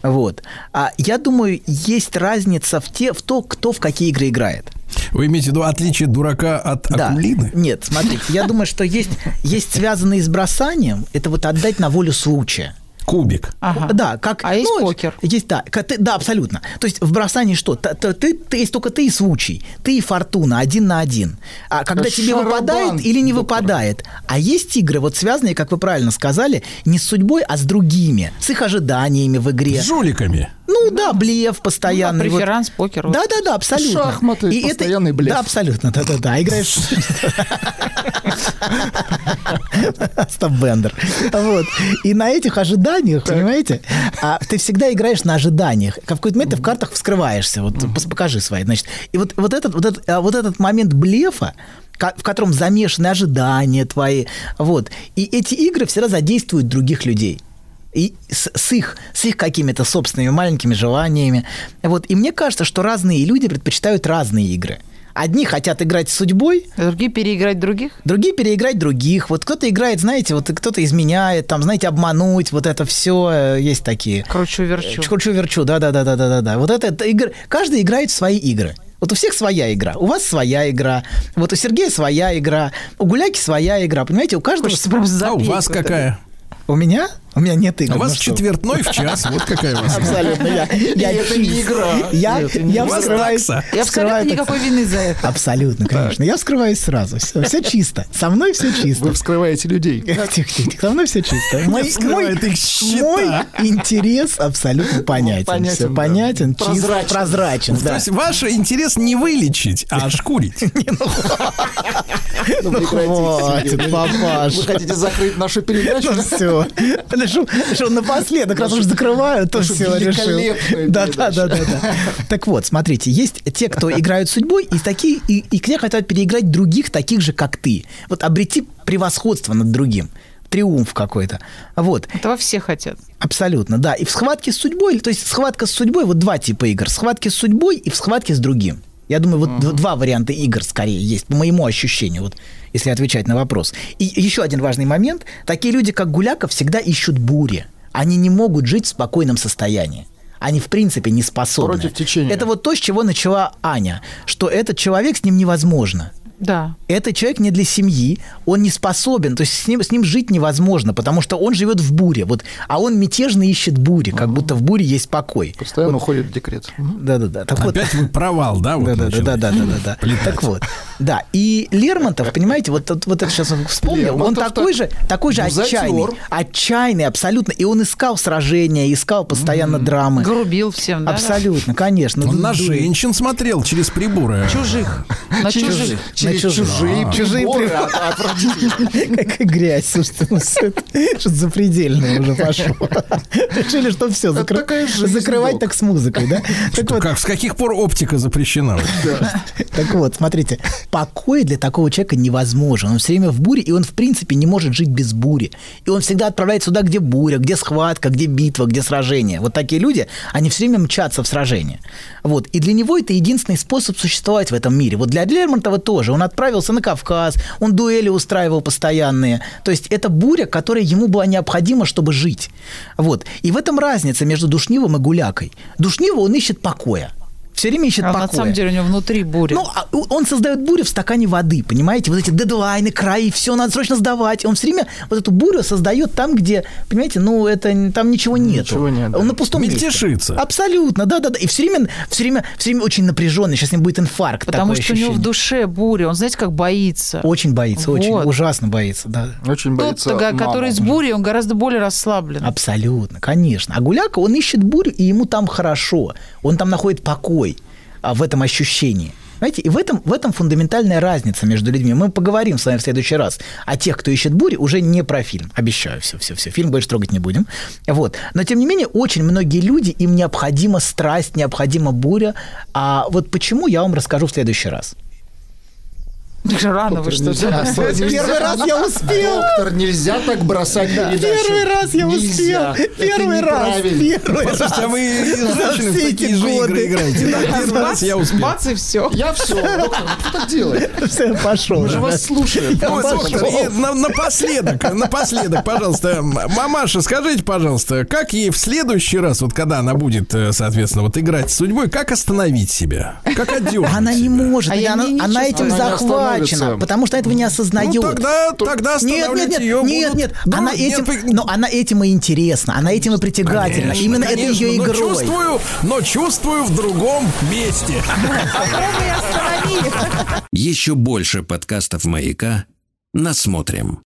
[SPEAKER 3] Вот. А я думаю, есть разница в те, в то, кто в какие игры играет.
[SPEAKER 2] Вы имеете в виду отличие дурака от акулины?
[SPEAKER 3] Нет, смотрите, я думаю, что есть, есть связанные с бросанием, это вот отдать на волю случая.
[SPEAKER 2] Кубик.
[SPEAKER 5] Ага.
[SPEAKER 3] Да, как...
[SPEAKER 5] А есть покер.
[SPEAKER 3] Есть, да, ка- ты- да, абсолютно. То есть в бросании что? Т- т- ты, ты- есть только ты и случай, ты и фортуна, один на один. А когда
[SPEAKER 4] Да
[SPEAKER 3] тебе
[SPEAKER 4] шарабан,
[SPEAKER 3] выпадает или не
[SPEAKER 4] доктор.
[SPEAKER 3] выпадает. А есть игры, вот связанные, как вы правильно сказали, не с судьбой, а с другими, с их ожиданиями в игре.
[SPEAKER 2] С жуликами.
[SPEAKER 3] Ну да, блеф постоянный. вот.
[SPEAKER 5] А преферанс, покер, вот.
[SPEAKER 3] Да, да, да, абсолютно.
[SPEAKER 4] Шахматы,
[SPEAKER 3] это-
[SPEAKER 4] постоянный блеф.
[SPEAKER 3] Да, абсолютно, да, да, да. Играешь. Стоп Бендер. Вот. И на этих ожиданиях, понимаете, а ты всегда играешь на ожиданиях. Как в какой-то момент ты в картах вскрываешься. Вот пос- покажи свои. Значит, и вот, вот, этот, вот, этот, а, вот этот момент блефа, ка- в котором замешаны ожидания твои. Вот. И эти игры всегда задействуют других людей и с, с их, с их какими-то собственными маленькими желаниями. Вот. И мне кажется, что разные люди предпочитают разные игры. Одни хотят играть с судьбой,
[SPEAKER 5] А Другие переиграть других?
[SPEAKER 3] другие переиграть других. Вот кто-то играет, знаете, вот кто-то изменяет, там, знаете, обмануть, вот это все есть такие.
[SPEAKER 5] Кручу, верчу.
[SPEAKER 3] Чхучу-верчу, да-да-да-да-да-да. Вот это, это игр... Каждый играет в свои игры. Вот у всех своя игра. У вас своя игра. Вот у Сергея своя игра. У Гуляки своя игра. Понимаете, у каждого...
[SPEAKER 5] Хочется прям
[SPEAKER 2] А у
[SPEAKER 5] запеть
[SPEAKER 2] вас
[SPEAKER 5] вот это.
[SPEAKER 2] какая?
[SPEAKER 3] У меня? У меня нет игр.
[SPEAKER 2] У вас
[SPEAKER 3] ну что вы.
[SPEAKER 2] четвертной в час. Вот какая у вас.
[SPEAKER 3] Абсолютно. Я, я
[SPEAKER 4] это не игра.
[SPEAKER 3] Я,
[SPEAKER 4] Нет, это не
[SPEAKER 3] я
[SPEAKER 2] игра.
[SPEAKER 3] вскрываю-
[SPEAKER 2] Такса.
[SPEAKER 5] И
[SPEAKER 3] вскрываю
[SPEAKER 5] абсолютно
[SPEAKER 3] такса.
[SPEAKER 5] никакой вины за это.
[SPEAKER 3] Абсолютно, конечно. Я вскрываюсь сразу. Все, чисто. Со мной все чисто.
[SPEAKER 4] Вы вскрываете людей.
[SPEAKER 3] Тихо, тихо, тихо. Со мной все чисто. Мой,
[SPEAKER 2] вскрывает их щита.
[SPEAKER 3] мой интерес абсолютно понятен.
[SPEAKER 4] Ну, понятен,
[SPEAKER 3] Всё
[SPEAKER 4] да.
[SPEAKER 3] понятен, чист, прозрачен.
[SPEAKER 2] То
[SPEAKER 3] да.
[SPEAKER 2] есть ваш интерес не вылечить, а шкурить.
[SPEAKER 4] Ну, прекратите,
[SPEAKER 3] хватит,
[SPEAKER 4] Сергей.
[SPEAKER 3] папаша.
[SPEAKER 4] Вы хотите закрыть нашу передачу?
[SPEAKER 3] Все. Что напоследок, раз уж закрываю, то
[SPEAKER 4] наша
[SPEAKER 3] все решил.
[SPEAKER 4] великолепная
[SPEAKER 3] Да, да, да,
[SPEAKER 4] передача.
[SPEAKER 3] да, да. Так вот, смотрите, есть те, кто играют судьбой, и такие, и, и те хотят переиграть других, таких же, как ты. Вот обрети превосходство над другим. Триумф какой-то. Вот.
[SPEAKER 5] Этого все хотят.
[SPEAKER 3] Абсолютно, да. И в схватке с судьбой, то есть схватка с судьбой, вот два типа игр. Схватки с судьбой и в схватке с другим. Я думаю, вот д- два варианта игр скорее есть, по моему ощущению, вот если отвечать на вопрос. И еще один важный момент. Такие люди, как Гуляков, всегда ищут бури. Они не могут жить в спокойном состоянии. Они, в принципе, не способны.
[SPEAKER 4] Против течения.
[SPEAKER 3] Это вот то, с чего начала Аня, что этот человек с ним невозможно.
[SPEAKER 5] Да.
[SPEAKER 3] Этот человек не для семьи, он не способен, то есть с ним, с ним жить невозможно, потому что он живет в буре, вот, а он мятежно ищет бури, как будто в буре есть покой.
[SPEAKER 4] Постоянно уходит в декрет. Мгм.
[SPEAKER 3] Да-да-да. Так вот,
[SPEAKER 2] Опять вы провал, да? вот
[SPEAKER 3] да, да, да,
[SPEAKER 2] начали?
[SPEAKER 3] да, да, да, да, да. Так вот, да. И Лермонтов, понимаете, вот, вот, вот это сейчас он вспомнил, он
[SPEAKER 4] Лермонтов
[SPEAKER 3] такой
[SPEAKER 4] так
[SPEAKER 3] же, такой же
[SPEAKER 4] бузатер.
[SPEAKER 3] отчаянный, отчаянный абсолютно, и он искал сражения, искал постоянно драмы.
[SPEAKER 5] Грубил всем, да?
[SPEAKER 3] Абсолютно, конечно.
[SPEAKER 2] Он
[SPEAKER 3] Ду-
[SPEAKER 2] на
[SPEAKER 3] ду-
[SPEAKER 2] женщин смотрел через приборы.
[SPEAKER 5] Чужих. На чужих.
[SPEAKER 4] Через
[SPEAKER 3] чужих.
[SPEAKER 4] чужие
[SPEAKER 3] А.
[SPEAKER 4] приборы
[SPEAKER 3] Чужие
[SPEAKER 4] от- от родителей.
[SPEAKER 3] Какая грязь, слушайте, ну всё это что-то запредельное уже пошло. Решили, что все,
[SPEAKER 4] такая жизнь,
[SPEAKER 3] закрывать
[SPEAKER 4] док.
[SPEAKER 3] так с музыкой, да? Так вот,
[SPEAKER 2] Как, с каких пор оптика запрещена?
[SPEAKER 3] так вот, смотрите, покой для такого человека невозможен. Он все время в буре, и он, в принципе, не может жить без бури. И он всегда отправляется туда, где буря, где схватка, где битва, где сражение. Вот такие люди, они все время мчатся в сражение. Вот. И для него это единственный способ существовать в этом мире. Вот для Лермонтова тоже. Он отправился на Кавказ, он дуэли устраивал постоянные. То есть это буря, которая ему была необходима, чтобы жить. Вот. И в этом разница между Душнивым и Гулякой. Душнива он ищет покоя. все время ищет
[SPEAKER 5] А
[SPEAKER 3] покоя.
[SPEAKER 5] на самом деле у него внутри буря.
[SPEAKER 3] Ну, а у- он создает бурю в стакане воды, понимаете? Вот эти дедлайны, краи, все надо срочно сдавать. Он все время вот эту бурю создает там, где, понимаете, ну, это н- там ничего нет.
[SPEAKER 4] Ничего нет, да.
[SPEAKER 3] Он на пустом месте.
[SPEAKER 2] Мельтешится.
[SPEAKER 3] Абсолютно, да, да, да. И все время, все время, все время очень напряженный. Сейчас с ним будет инфаркт.
[SPEAKER 5] потому
[SPEAKER 3] такое
[SPEAKER 5] что у него в
[SPEAKER 3] ощущение.
[SPEAKER 5] душе буря. Он, знаете, как боится.
[SPEAKER 3] Очень боится, очень
[SPEAKER 5] Вот.
[SPEAKER 3] ужасно боится, да.
[SPEAKER 4] Очень
[SPEAKER 5] Тот,
[SPEAKER 4] боится
[SPEAKER 5] га- который
[SPEAKER 4] маму.
[SPEAKER 5] с бурей, он гораздо более расслаблен.
[SPEAKER 3] Абсолютно, конечно. А Гуляка, он ищет бурю, и ему там хорошо. Он там находит покой а, в этом ощущении. Знаете, и в этом, в этом фундаментальная разница между людьми. Мы поговорим с вами в следующий раз о тех, кто ищет бурю, уже не про фильм. Обещаю, все, все, все. Фильм больше трогать не будем. Вот. Но, тем не менее, очень многие люди, им необходима страсть, необходима буря. А вот почему, я вам расскажу в следующий раз.
[SPEAKER 5] Рано вы что
[SPEAKER 4] Нельзя
[SPEAKER 5] да.
[SPEAKER 4] бросать, нельзя.
[SPEAKER 3] я успел!
[SPEAKER 4] Доктор, нельзя так бросать передачу.
[SPEAKER 3] Первый раз я
[SPEAKER 4] Нельзя.
[SPEAKER 3] успел!
[SPEAKER 4] Это
[SPEAKER 3] Первый раз!
[SPEAKER 4] неправильно.
[SPEAKER 3] Первый раз!
[SPEAKER 2] Слушайте, а вы и с женщиной в
[SPEAKER 3] все эти
[SPEAKER 2] такие же
[SPEAKER 3] годы.
[SPEAKER 2] игры играете. Да, первый раз я успел.
[SPEAKER 5] Бац и все.
[SPEAKER 4] Я все, доктор, ну что так делать?
[SPEAKER 3] Все, пошел.
[SPEAKER 4] Мы же вас слушаем.
[SPEAKER 2] Ой, доктор, и на- напоследок, напоследок, пожалуйста, м, мамаша, скажите, пожалуйста, как ей в следующий раз, вот когда она будет, э, соответственно, вот играть с судьбой, как остановить себя? Как отдергать
[SPEAKER 3] Она не
[SPEAKER 2] себя?
[SPEAKER 3] может,
[SPEAKER 5] А
[SPEAKER 3] и
[SPEAKER 5] я
[SPEAKER 3] она,
[SPEAKER 5] не- не
[SPEAKER 3] она
[SPEAKER 5] чувствую.
[SPEAKER 3] этим
[SPEAKER 4] Она не
[SPEAKER 3] захвачена,
[SPEAKER 4] остановится.
[SPEAKER 3] потому что она этого не осознает.
[SPEAKER 2] Ну, тогда, тогда
[SPEAKER 3] нет,
[SPEAKER 2] останавливать
[SPEAKER 3] нет, нет,
[SPEAKER 2] ее
[SPEAKER 3] нет,
[SPEAKER 2] будут Ну,
[SPEAKER 3] нет,
[SPEAKER 2] друг-
[SPEAKER 3] она
[SPEAKER 2] нет,
[SPEAKER 3] этим,
[SPEAKER 2] вы-
[SPEAKER 3] но она этим и интересна, она этим и притягательна,
[SPEAKER 2] Конечно,
[SPEAKER 3] именно это
[SPEAKER 2] конечно,
[SPEAKER 3] ее
[SPEAKER 2] но
[SPEAKER 3] игрой.
[SPEAKER 2] чувствую, но чувствую в другом месте.
[SPEAKER 8] Еще больше подкастов «Маяка» насмотрим.